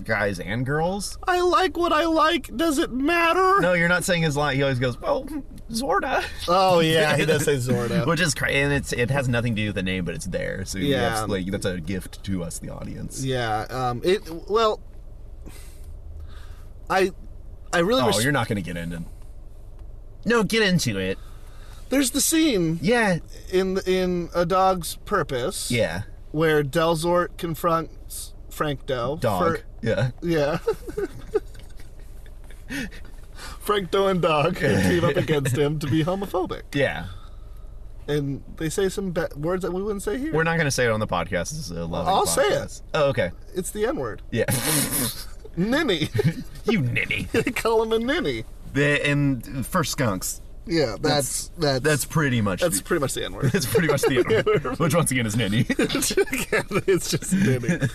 guys and girls? I like what I like. Does it matter? No, you're not saying his line. He always goes, well, Zorda, Oh yeah, he does say Zorda. which is crazy, and it's it has nothing to do with the name, but it's there. So Yeah. yeah, that's, like that's a gift to us, the audience. Yeah. Um. It well. I, I really. Oh, res- you're not gonna get into. No, get into it. There's the scene Yeah, in in a dog's purpose. yeah, Where Delzort confronts Frank Doe. dog. for- yeah, yeah. Frank Doe and Dog team up against him to be homophobic, yeah. and they say some ba- words that we wouldn't say here. We're not gonna say it on the podcast. This is a loving I'll say it. podcast. Oh, okay. it's the N word. Yeah. Ninny. You ninny. they call him a ninny. The, and for skunks, Yeah, that's that's that's pretty much that's the, pretty much the N word. that's pretty much the which once again is ninny. it's just Diddy.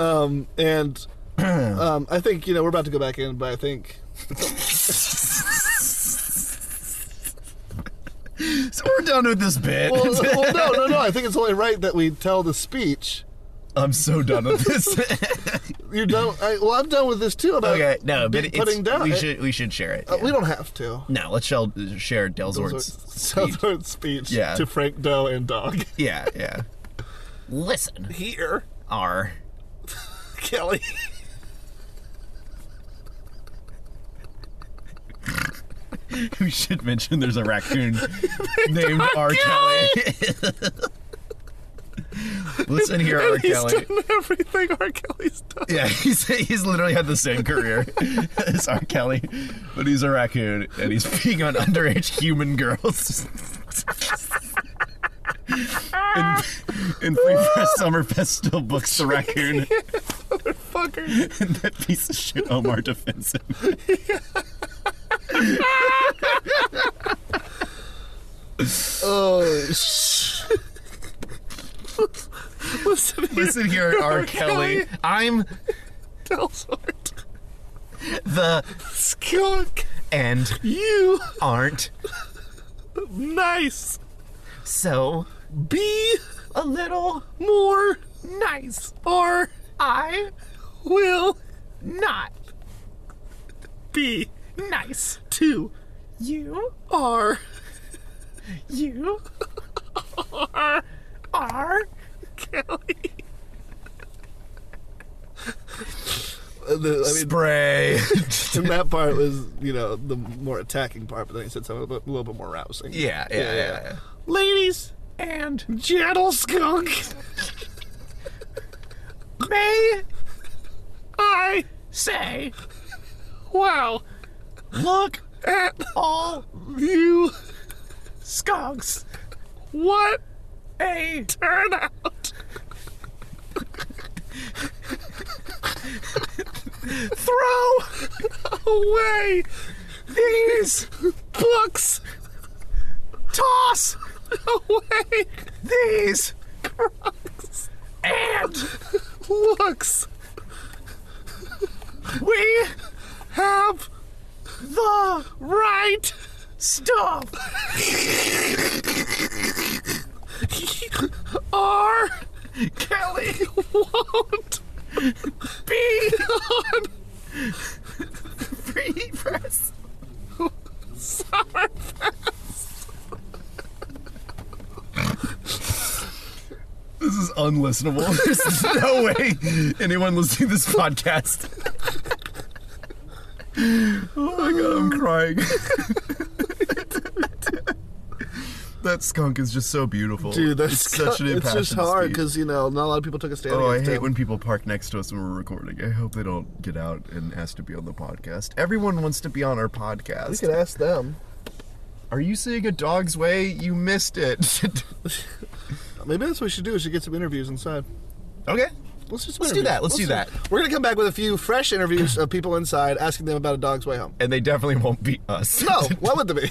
Um, and um, I think you know we're about to go back in, but I think so we're done with this bit. well, well, no, no, no. I think it's only right that we tell the speech. I'm so done with this. You're done. I, well, I'm done with this too. About okay, no, but be- it's, putting down. we I- should we should share it. uh, yeah. we don't have to. no, let's shall, share Delzort's speech. Southward speech Yeah. to Frank Doe and Dog. Yeah, yeah. Listen, Here, R. Kelly. We should mention there's a raccoon named R. Kelly. Listen here, R. He's Kelly. done everything R. Kelly's done. Yeah, he's he's literally had the same career as R. Kelly, but he's a raccoon and he's peeing on underage human girls. in, in Free Press Summer Festival books the raccoon Fucker. and that piece of shit Omar defends him. Oh. sh- Listen here, Listen here, R. Kelly. Kelly. I'm Delzort. the Skunk. and You aren't nice. so Be a little more nice. or I will not be nice. to You our you are Kelly. The, spray. I mean, in that part was, you know, the more attacking part, but then he said something a little, bit- a little bit more rousing. yeah, yeah, yeah, yeah. Ladies, And gentle skunk, may I, say, wow, look at all you, skunks what a turn out. throw Away, these books, toss away, these and looks, we have the right. stuff R Kelly won't be on free press. This is unlistenable. There's no way anyone listening to this podcast Oh my god, I'm crying. that skunk is just so beautiful. Dude, that's it's such an It's impassioned just hard speech. because you know not a lot of people took a stand. Oh, I against hate him. when people park next to us when we're recording. I hope they don't get out and ask to be on the podcast. Everyone wants to be on our We podcast. could ask them. Are you seeing a dog's way? You missed it. Maybe that's what we should do. We should get some interviews inside. okay. Let's just Let's do that. Let's do that. We're gonna come back with a few fresh interviews of people inside asking them about a dog's way home. And they definitely won't beat us. No, what would they be?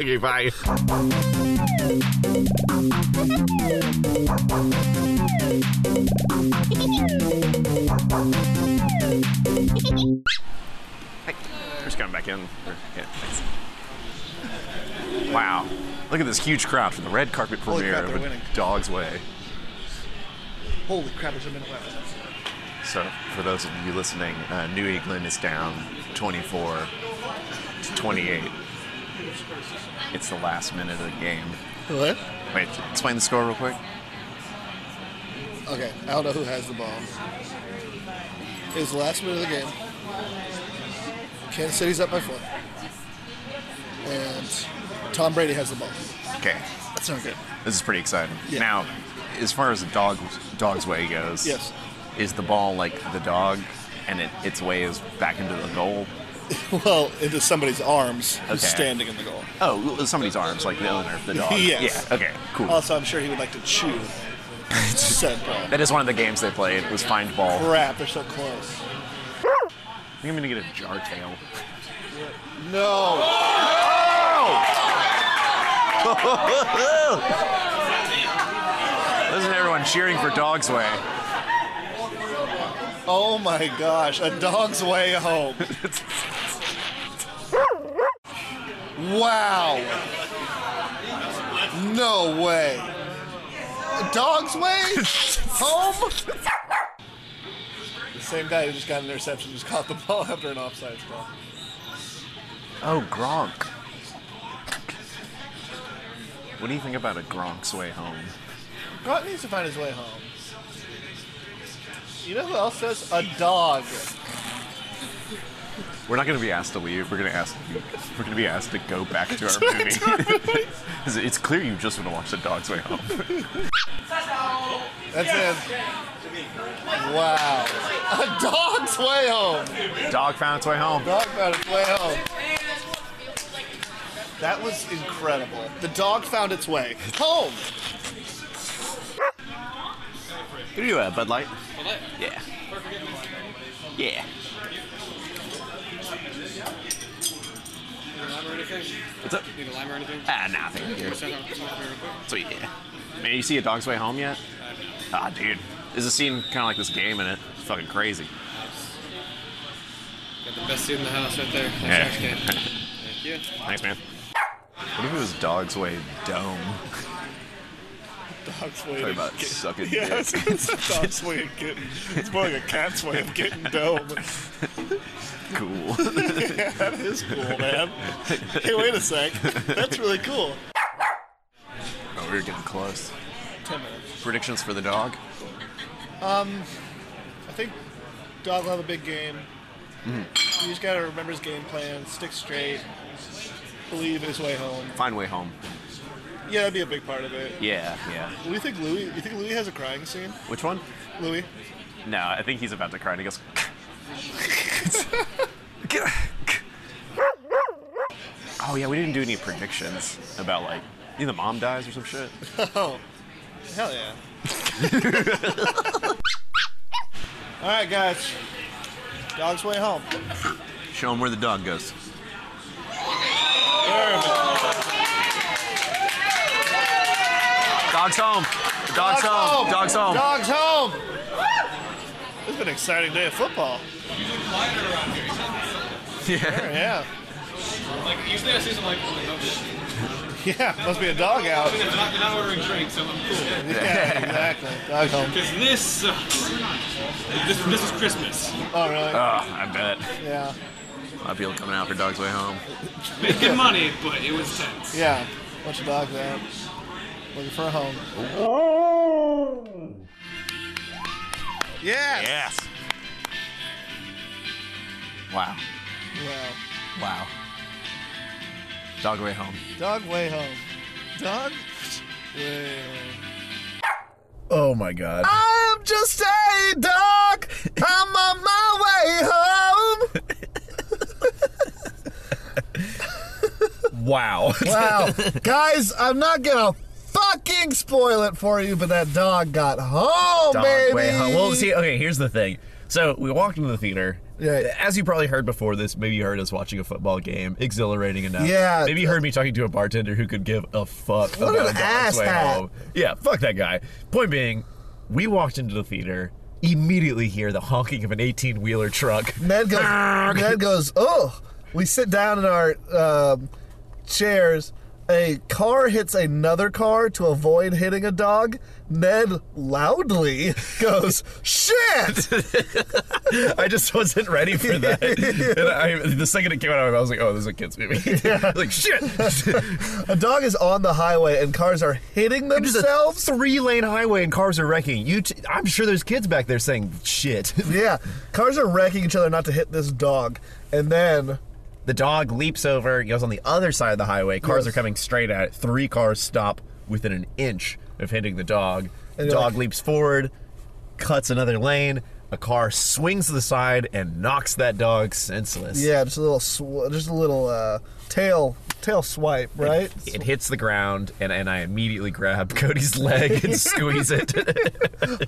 okay, bye. We're just coming back in. We're- yeah, thanks. Wow. Look at this huge crowd for the red carpet Holy premiere crap, they're of a winning. Dog's Way. Holy crap, there's a minute left. So, for those of you listening, uh, New England is down 24 to 28. It's the last minute of the game. what? Wait, explain the score real quick. Okay, I don't know who has the ball. It's the last minute of the game. Kansas City's up by four. And Tom Brady has the ball. Okay, That's not good. this is pretty exciting. Yeah. Now, as far as the dog, Dog's Way goes, Yes. is the ball like the dog and it, its way is back into the goal? Well, into somebody's arms who's Okay. standing in the goal. Oh, somebody's arms, like the owner of the dog. Yes. Yeah, okay, cool. Also, I'm sure he would like to chew said ball. That is one of the games they played was find ball. I Crap, they're so close. think I'm gonna get a jar tail. No. Isn't everyone cheering for Dog's Way? Oh my gosh, a dog's way home. wow. No way. A dog's way home? the same guy who just got an interception just caught the ball after an offside ball. Oh, Gronk. What do you think about a Gronk's way home? Gronk needs to find his way home. You know who else does? A dog. We're not gonna be asked to leave. We're gonna ask. We're gonna be asked to go back to our movie. 'Cause it's clear you just want to watch the Dog's Way Home. That's it. Wow. A dog's way home. Dog found its way home. Dog found its way home. That was incredible. The dog found its way home. Can you do a Bud Light? Yeah. Yeah. What's up? Need a lime or anything? Ah, nah, I think I'm good. Send it off- send it off real quick. Sweet. Man, you see a dog's way home yet? Ah, dude. There's a scene kind of like this game in it. It's fucking crazy. Got the best seat in the house right there. That's Yeah. our stand. Thank you. Thanks, man. What if it was Dog's Way Dome? Dog's way. Talking to about get- sucking yeah, dick. it's, it's a dog's way of getting. It's more like a cat's way of getting dome. Cool. That is cool, man. Hey, wait a sec. That's really cool. oh, we were getting close. Ten minutes. Predictions for the dog? I think dog will have a big game. You just gotta remember his game plan, stick straight, believe his way home. Find way home. Yeah, that'd be a big part of it. Yeah, yeah. Do you think Louis? You think Louis has a crying scene? Which one? Louis? No, I think he's about to cry and he goes. oh yeah, we didn't do any predictions about like either mom dies or some shit. Oh, hell yeah. All right, guys. Dog's way home. Show him where the dog goes. Dog's home. Dog's, home. Dog's home. Dog's home. It's been an exciting day of football. Yeah. Yeah. Like, usually I see some like, oh, Yeah, must be a dog out. they're not, they're not ordering drinks, so I'm cool. Yeah, exactly. Dog home. Because this sucks. This, this is Christmas. Oh, really? Oh, I bet. Yeah. A lot of people coming out for Dog's Way Home. Made good money, but it was tense. Yeah. Bunch of dogs out. Looking for a home. Oh. Yes. Wow. Wow. Wow. Dog way home. Dog way home. Dog way Oh my god. I'm just a dog. I'm on my way home. Wow. Wow. Guys, I'm not going to fucking spoil it for you, but that dog got home, dog baby. way home. Well, see, okay, here's the thing. So we walked into the theater. Right. As you probably heard before this, maybe you heard us watching a football game, exhilarating enough. Yeah. Maybe you heard me talking to a bartender who could give a fuck about What an a dog's ass way hat. home. Yeah, fuck that guy. Point being, we walked into the theater, immediately hear the honking of an 18 wheeler truck. Ned goes, Ned goes, oh. We sit down in our um, chairs. A car hits another car to avoid hitting a dog. Ned loudly goes, shit. I just wasn't ready for that. and I, the second it came out, I was like, oh, this is a kid's movie. like, shit. A dog is on the highway and cars are hitting themselves. three lane highway and cars are wrecking. You, t- I'm sure there's kids back there saying shit. Yeah, cars are wrecking each other not to hit this dog. And then the dog leaps over, goes on the other side of the highway. Cars Yes. are coming straight at it. Three cars stop within an inch of hitting the dog. And they're dog like- leaps forward, cuts another lane. A car swings to the side and knocks that dog senseless. yeah, just a little, sw- just a little uh, tail, tail swipe, right? It hits the ground, and, and I immediately grab Cody's leg and squeeze it.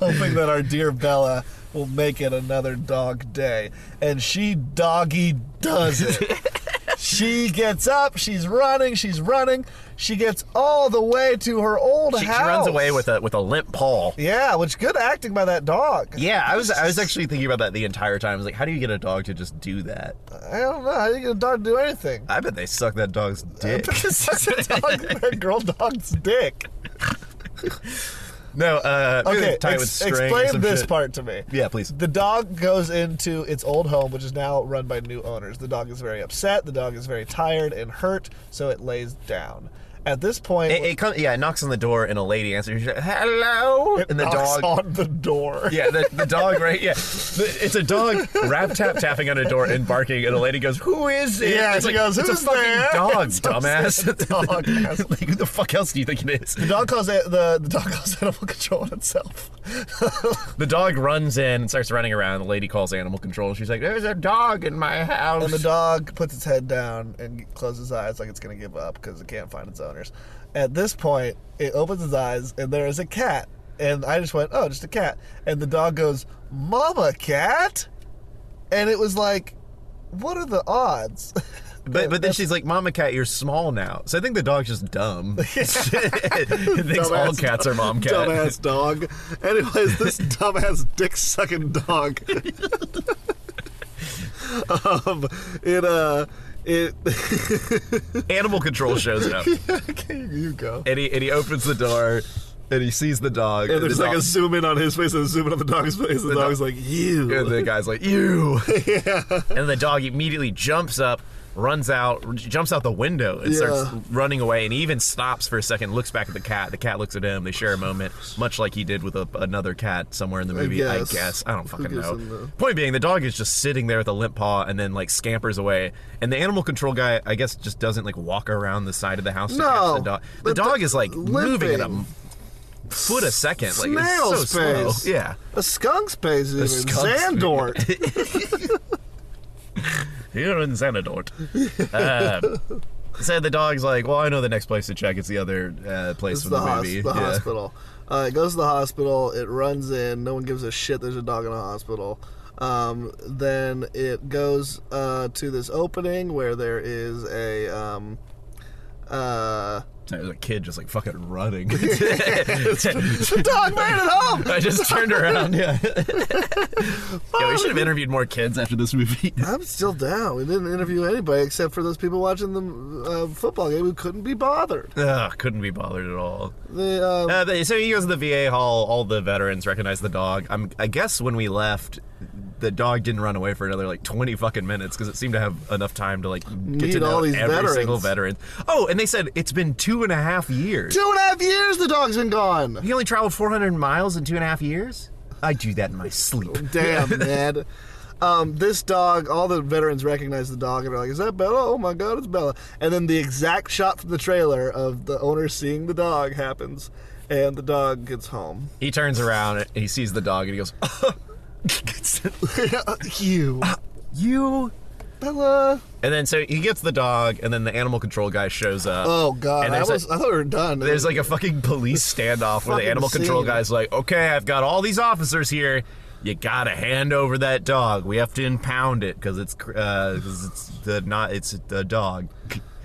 Hoping that our dear Bella will make it another dog day, and she doggy does it. she gets up, she's running, she's running, she gets all the way to her old she, she house. runs away with a with a limp paw. Yeah, which good acting by that dog. Yeah, I was I was actually thinking about that the entire time. I was like, how do you get a dog to just do that? I don't know how you get a dog to do anything. I bet they suck that dog's dick. dog, that girl dog's dick. no, uh, maybe they Okay, tie it ex- with string or explain some this shit. part to me. Yeah, please. The dog goes into its old home, which is now run by new owners. The dog is very upset. The dog is very tired and hurt, so it lays down. At this point, It, it comes, yeah, it knocks on the door and a lady answers. She's like, Hello, it and the knocks dog. on the door. Yeah, the, the dog, right? Yeah, The- it's a dog rap tap tapping on a door and barking, and a lady goes, "Who is it?" Yeah, it's she goes, it's "Who's a fucking there?" dog, It's dumbass." a dog, asshole. like, who the fuck else do you think it is? The dog calls it, the the dog calls animal control on itself. The dog runs in and starts running around. The lady calls animal control. She's like, "There's a dog in my house." And the dog puts its head down and closes its eyes like it's going to give up because it can't find its owners. At this point, it opens its eyes and there is a cat. And I just went, oh, just a cat. And the dog goes, Mama cat? And it was like, what are the odds? But but then she's like, "Mama cat, you're small now." So I think the dog's just dumb. it thinks all Dumbass cats are mom cat. Dumbass dog. Anyways, this dumbass dick sucking dog. um, it uh, it Animal control shows up, okay, you go. and he and he opens the door, and he sees the dog. And the there's like dog- a zoom in on his face and a zoom in on the dog's face. The, dog's like, you. And the guy's like, "You!" And the dog immediately jumps up, runs out, r- jumps out the window, and Yeah. starts running away. And he even stops for a second, looks back at the cat. The cat looks at him. They share a moment, much like he did with a, another cat somewhere in the movie. I guess. guess. I, don't fucking gives know. him the- Point being, the dog is just sitting there with a limp paw, and then like scampers away. And the animal control guy, I guess, just doesn't like walk around the side of the house. To No, catch the dog. The but the- dog is like moving at a limping. foot a second. Like Snail's it's so pace. slow. Yeah. a skunk space even. skunk's Xandort. here in Xanadort. Uh, so the dog's like, well, I know the next place to check. It's the other uh, place It's from the, the, hos- movie. the Yeah. hospital. Uh, it goes to the hospital. It runs in. No one gives a shit. There's a dog in a hospital. Um, then it goes uh, to this opening where there is a. Um, uh, So There's a kid just like fucking running. the dog made it home. I just turned around. Yeah. yeah. We should have interviewed more kids after this movie. I'm still down. We didn't interview anybody except for those people watching the uh, football game who couldn't be bothered. Ugh, couldn't be bothered at all. The, um, Uh, they, so he goes to the VA hall. All the veterans recognize the dog. I'm, I guess when we left, the dog didn't run away for another like 20 fucking minutes because it seemed to have enough time to like get to Meet know all these every veterans. single veteran. Oh, and they said it's been two and a half years. two and a half years the dog's been gone. He only traveled 400 miles in two and a half years? I do that in my sleep. Damn, Ned. Um, this dog, all the veterans recognize the dog and are like, "Is that Bella? Oh my God, it's Bella!" And then the exact shot from the trailer of the owner seeing the dog happens, and the dog gets home. He turns around and he sees the dog and he goes, you, "You." Ah, Bella. And then so he gets the dog, and then the animal control guy shows up. Oh God, And I, there's a- was, I thought we were done. There's like a fucking police standoff where the fucking animal control scene. guy's like, okay, I've got all these officers here. You gotta hand over that dog. We have to impound it because it's cr- uh, 'cause it's the not it's the dog.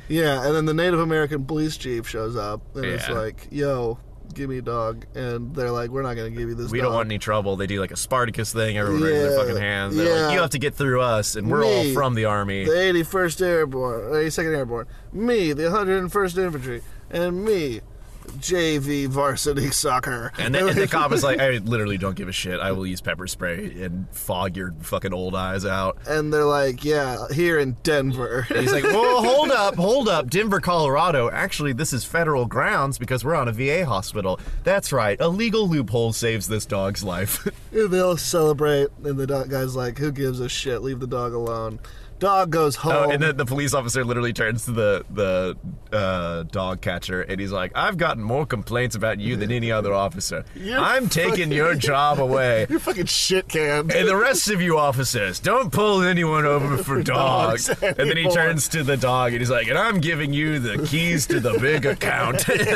Yeah, and then the Native American police chief shows up and it's Yeah. like, "Yo, give me a dog," and they're like, "We're not gonna give you this. We dog. don't want any trouble. They do like a Spartacus thing. Everyone raises their Yeah, fucking hands. They're yeah. like, you have to get through us, and we're all Me, from the army. the 81st Airborne, 82nd Airborne, me, the 101st Infantry, and me, JV varsity soccer." and, then, and the cop is like, I literally don't give a shit. I will use pepper spray and fog your fucking old eyes out. and they're like, "Yeah, here in Denver." And he's like, well, hold up, hold up. Denver, Colorado. Actually, this is federal grounds because we're on a VA hospital. That's right. A legal loophole saves this dog's life. And they all celebrate, and the dog guy's like, "Who gives a shit? Leave the dog alone." Dog goes home. oh, and then the police officer literally turns to the, the uh, dog catcher and he's like, I've gotten more complaints about you than any other officer. You're I'm taking your job away. You're fucking shit canned. And the rest of you officers, don't pull anyone over for dogs. dogs And then he anymore. turns to the dog and he's like, and I'm giving you the keys to the big account. the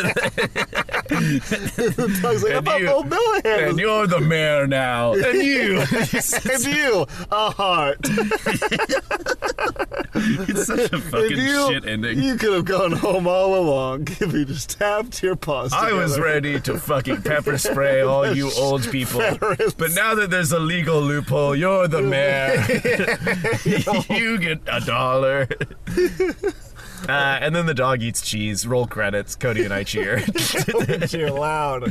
dog's like, "Oh, and "About you- Bill Millihan." and you're the mayor now. And you. and you a heart. It's such a fucking and you, shit ending. You could have gone home all along if you just tapped your paws. I together. was ready to fucking pepper spray all you old people. Veterans. But now that there's a legal loophole, you're the mayor. you get a dollar. Uh, and then the dog eats cheese. Roll credits. Cody and I cheer. You're loud.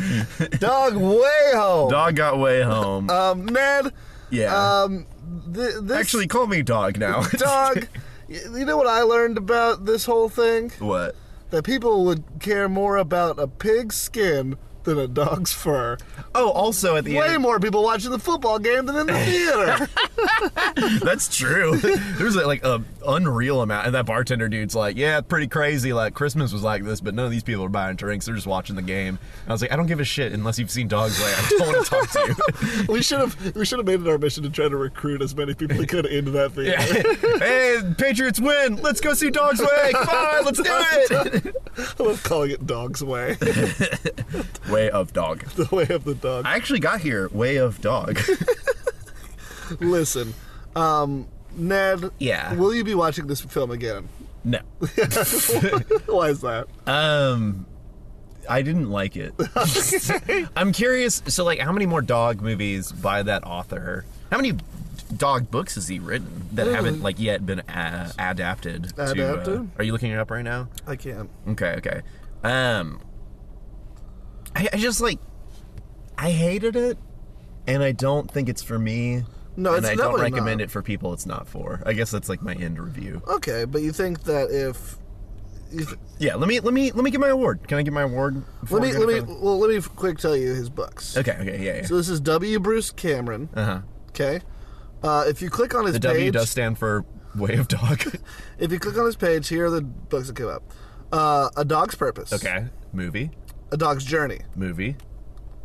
Dog way home. dog got way home. Um, Ned. yeah. Um, th- this Actually, call me dog now. dog. y- You know what I learned about this whole thing? what? That people would care more about a pig's skin than a dog's fur. Oh, also at the Way end. more people watching the football game than in the theater. That's true. There's like a unreal amount, and that bartender dude's like, "Yeah, it's pretty crazy. Like Christmas was like this, but none of these people are buying drinks. They're just watching the game." And I was like, "I don't give a shit unless you've seen dogs play. I don't want to talk to you." we should have we should have made it our mission to try to recruit as many people we could into that theater. hey, Patriots win. Let's go see Dogs Way. Come on, let's do it. I love calling it Dog's Way, the Way of dog. way of the dog. I actually got here. Way of dog. Listen, um, Ned. Yeah. Will you be watching this film again? No, Why is that? um, I didn't like it. I'm curious. So, like, how many more dog movies by that author? How many dog books has he written that haven't like yet been uh, adapted? To, uh, Adapted? are you looking it up right now? I can't. Okay, okay. Um, I, I just like I hated it, and I don't think it's for me. No, and it's I don't definitely recommend not. it for people. It's not for. I guess that's like my end review. Okay, but you think that if, if Yeah, let me let me let me get my award. Can I get my award? before let me I let get me it? well let me quick tell you his books. Okay, okay, yeah, yeah. So this is W. Bruce Cameron. Uh huh. Okay. Uh, if you click on his The page, W does stand for Way of Dog. if you click on his page, here are the books that came up. Uh, a Dog's Purpose. okay. Movie, A Dog's Journey. movie,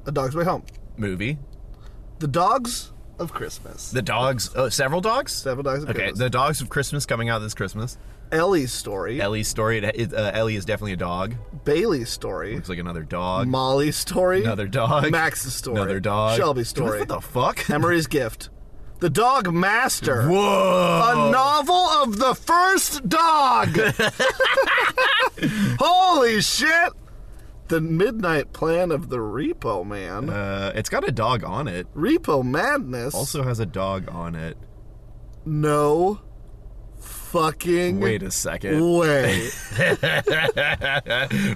A Dog's Way Home. movie. The Dogs of Christmas. The dogs. Oh, several dogs. Seven Dogs of Okay, Christmas. the dogs of Christmas coming out this Christmas. Ellie's Story. Ellie's story. it- it- Uh, Ellie is definitely a dog. Bailey's Story. Looks like another dog. Molly's Story. Another dog. Max's Story. Another dog. Shelby's Story. What the fuck? Emery's Gift. The Dog Master. Whoa! A novel of the first dog. Holy shit! The Midnight Plan of the Repo Man. Uh, it's got a dog on it. Repo Madness. Also has a dog on it. no fucking Wait a second. way.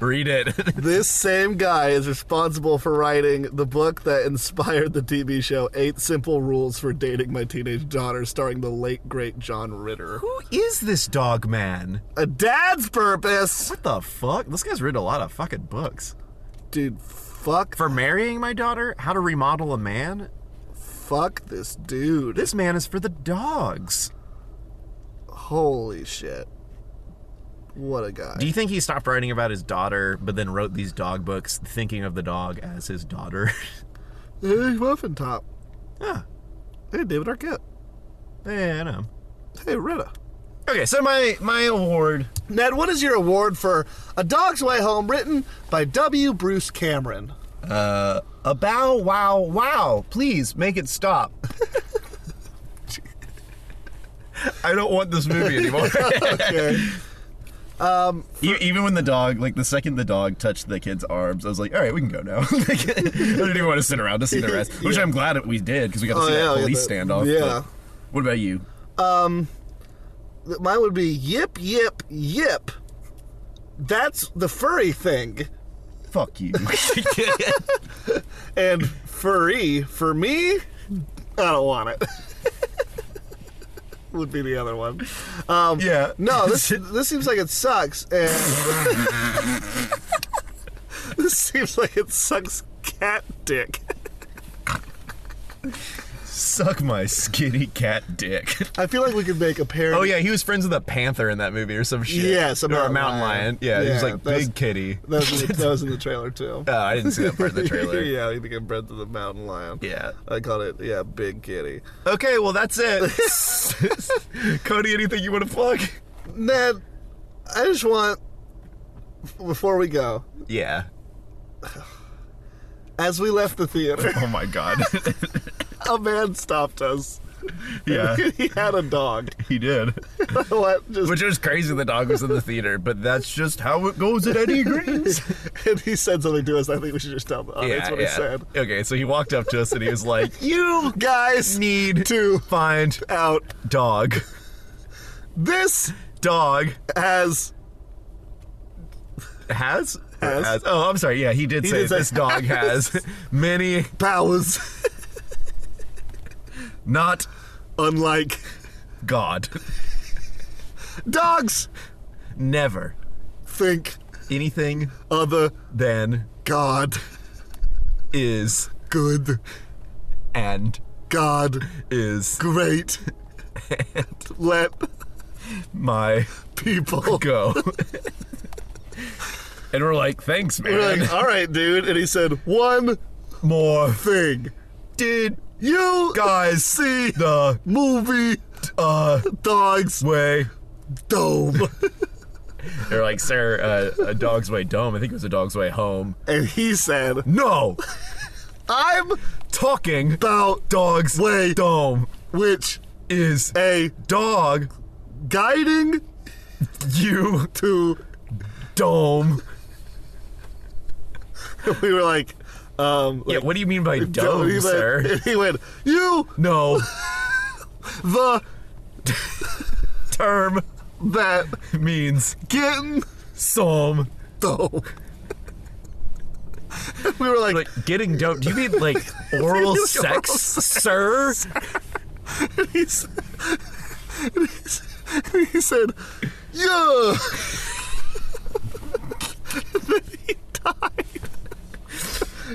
Read it. this same guy is responsible for writing the book that inspired the TV show Eight Simple Rules for Dating My Teenage Daughter, starring the late great John Ritter. Who is this dog man? A dad's purpose, What the fuck? This guy's written a lot of fucking books. dude. Fuck For marrying my daughter? How to remodel a man? fuck this dude. This man is for the dogs. Holy shit. What a guy. Do you think he stopped writing about his daughter, but then wrote these dog books thinking of the dog as his daughter? Hey, Muffin Top. ah, Hey, David Arquette. yeah, Eh, I know. Hey, Rita. Okay, so my my award. Ned, what is your award for A Dog's Way Home written by W. Bruce Cameron? Uh, a bow wow wow. Please make it stop. I don't want this movie anymore. Okay. E- Even when the dog, like the second the dog touched the kid's arms, I was like, all right, we can go now. Like, I didn't even want to sit around to see the rest, which I'm glad that we did because we got to Oh, see yeah, we that got police that- standoff. yeah. but What about you? Th- Mine would be Yip, Yip, Yip. That's the furry thing. Fuck you. And furry, for me, I don't want it. would be the other one. Um, yeah. No, this this seems like it sucks. And this seems like it sucks cat dick. Suck my skinny cat dick. I feel like we could make a parody. Oh yeah, he was friends with a panther in that movie or some shit. Yeah, some or a mountain mountain lion. lion. Yeah, he was Yeah, like that's- big kitty. That was, in the, that was in the trailer too. Oh, I didn't see that part of the trailer. yeah, he became bred to the mountain lion. Yeah. I called it yeah, big kitty. Okay, well that's it. Cody, anything you want to plug? Ned, I just want before we go, Yeah. as we left the theater, Oh my god. a man stopped us. yeah, he had a dog. he did. What? Just Which was crazy the dog was in the theater, but that's just how it goes at Eddie Green's. and he said something to us. I think we should just tell the audience what he said. Okay, so he walked up to us and he was like, You guys need to find out. dog. This Dog has has? Or Has. Oh, I'm sorry. Yeah, he did say did say this dog has many powers not unlike God. dogs Never think anything other than Uh, god is good and god is great let my people go. and we're like, thanks, man. We're like, "Uh, all right, dude. And he said one More thing. did You guys see the movie uh dogs way. dome. They're like, sir, uh, a dog's way dome. I think it was a dog's way home. and he said, No, I'm talking about dog's way dome which is a dog guiding you to dome. we were like um Yeah, like, what do you mean by dome, he went, sir? he went you No the term that means getting some. though we were like, Like getting dope. Do you mean like oral sex, sir? he said, he said yeah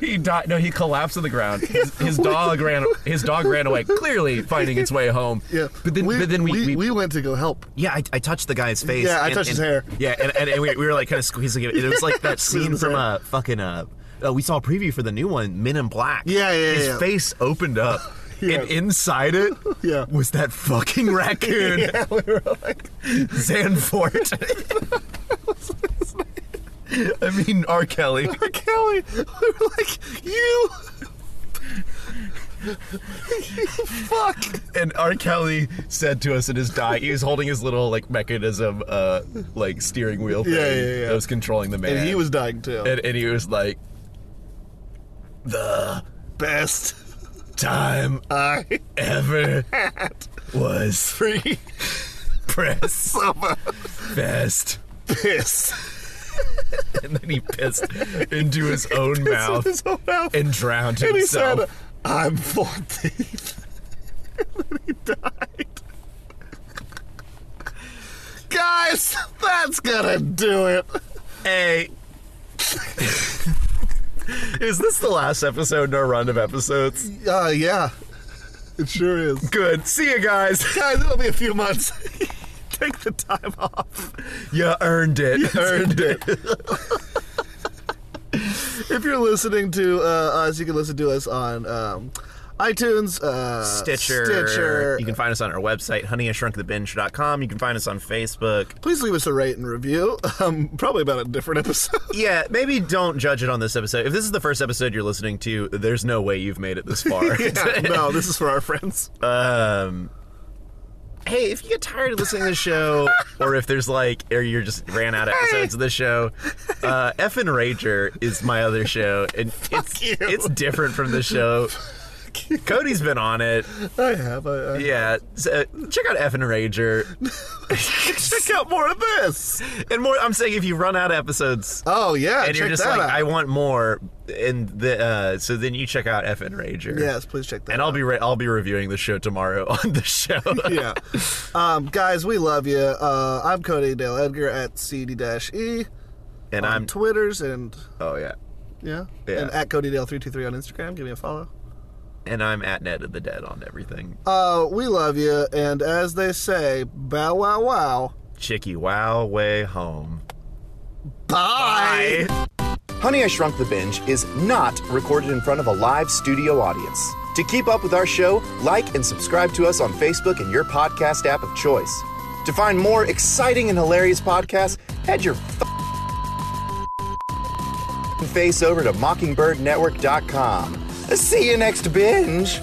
He died. No, he collapsed on the ground. His, his dog ran. His dog ran away, clearly finding its way home. yeah But then, but then we, we, we, went to go help yeah, I, I touched the guy's face. Yeah, I and- touched his and- hair. Yeah, and, and, and we, we were like kind of squeezing it. It was like that scene his from hair. a fucking uh, uh, we saw a preview for the new one, Men in Black. Yeah, yeah, His yeah. face opened up, Yeah. and inside it, Yeah. was that fucking raccoon. yeah, we were like Zanfort. I mean, R. Kelly. Kelly we were like you fuck and R. Kelly said to us in his die, he was holding his little like mechanism, uh, like steering wheel thing Yeah, yeah, yeah. that was controlling the man. and he was dying too and, and he was like, the best time I ever was free press summer best. piss And then he pissed into his own in mouth his own mouth. and drowned And he himself. said, I'm 14. and then he died. Guys, that's gonna do it. hey. Is this the last episode in our run of episodes? Uh, yeah. It sure is. Good. See you guys. Guys, it'll be a few months. Take the time off. You earned it. earned it. If you're listening to uh, us, you can listen to us on um, iTunes, uh, Stitcher. Stitcher. You can find us on our website, honeyishrunkthebinge.com. You can find us on Facebook. Please leave us a rate and review. Um, probably about a different episode. Yeah, maybe don't judge it on this episode. If this is the first episode you're listening to, there's no way you've made it this far. Yeah, no, this is for our friends. Um, hey, if you get tired of listening to the show, or if there's like, or you're just ran out of episodes of the show, uh, F and Rager is my other show, and it's you. it's different from the show. Cody's been on it. I have. I, I Yeah, so uh, check out F and Rager Check out more of this. and more. I'm saying if you run out of episodes. Oh yeah, and check you're just that like, out. I want more, and the uh, so then you check out FN Rager. yes, please check that. and I'll be re- I'll be reviewing the show tomorrow on the show. yeah. Um, guys, we love you. Uh, I'm Cody Dale Edgar at CD-E and E on I'm Twitters and oh yeah, yeah, Yeah. and at Cody Dale 323 on Instagram. Give me a follow. and I'm at Ned of the Dead on everything. Uh, we love you, and as they say, bow wow wow. Chicky Wow Way Home. Bye. Honey, I Shrunk the Binge is not recorded in front of a live studio audience. To keep up with our show, like and subscribe to us on Facebook and your podcast app of choice. To find more exciting and hilarious podcasts, head your face over to mockingbirdnetwork.com. See you next binge!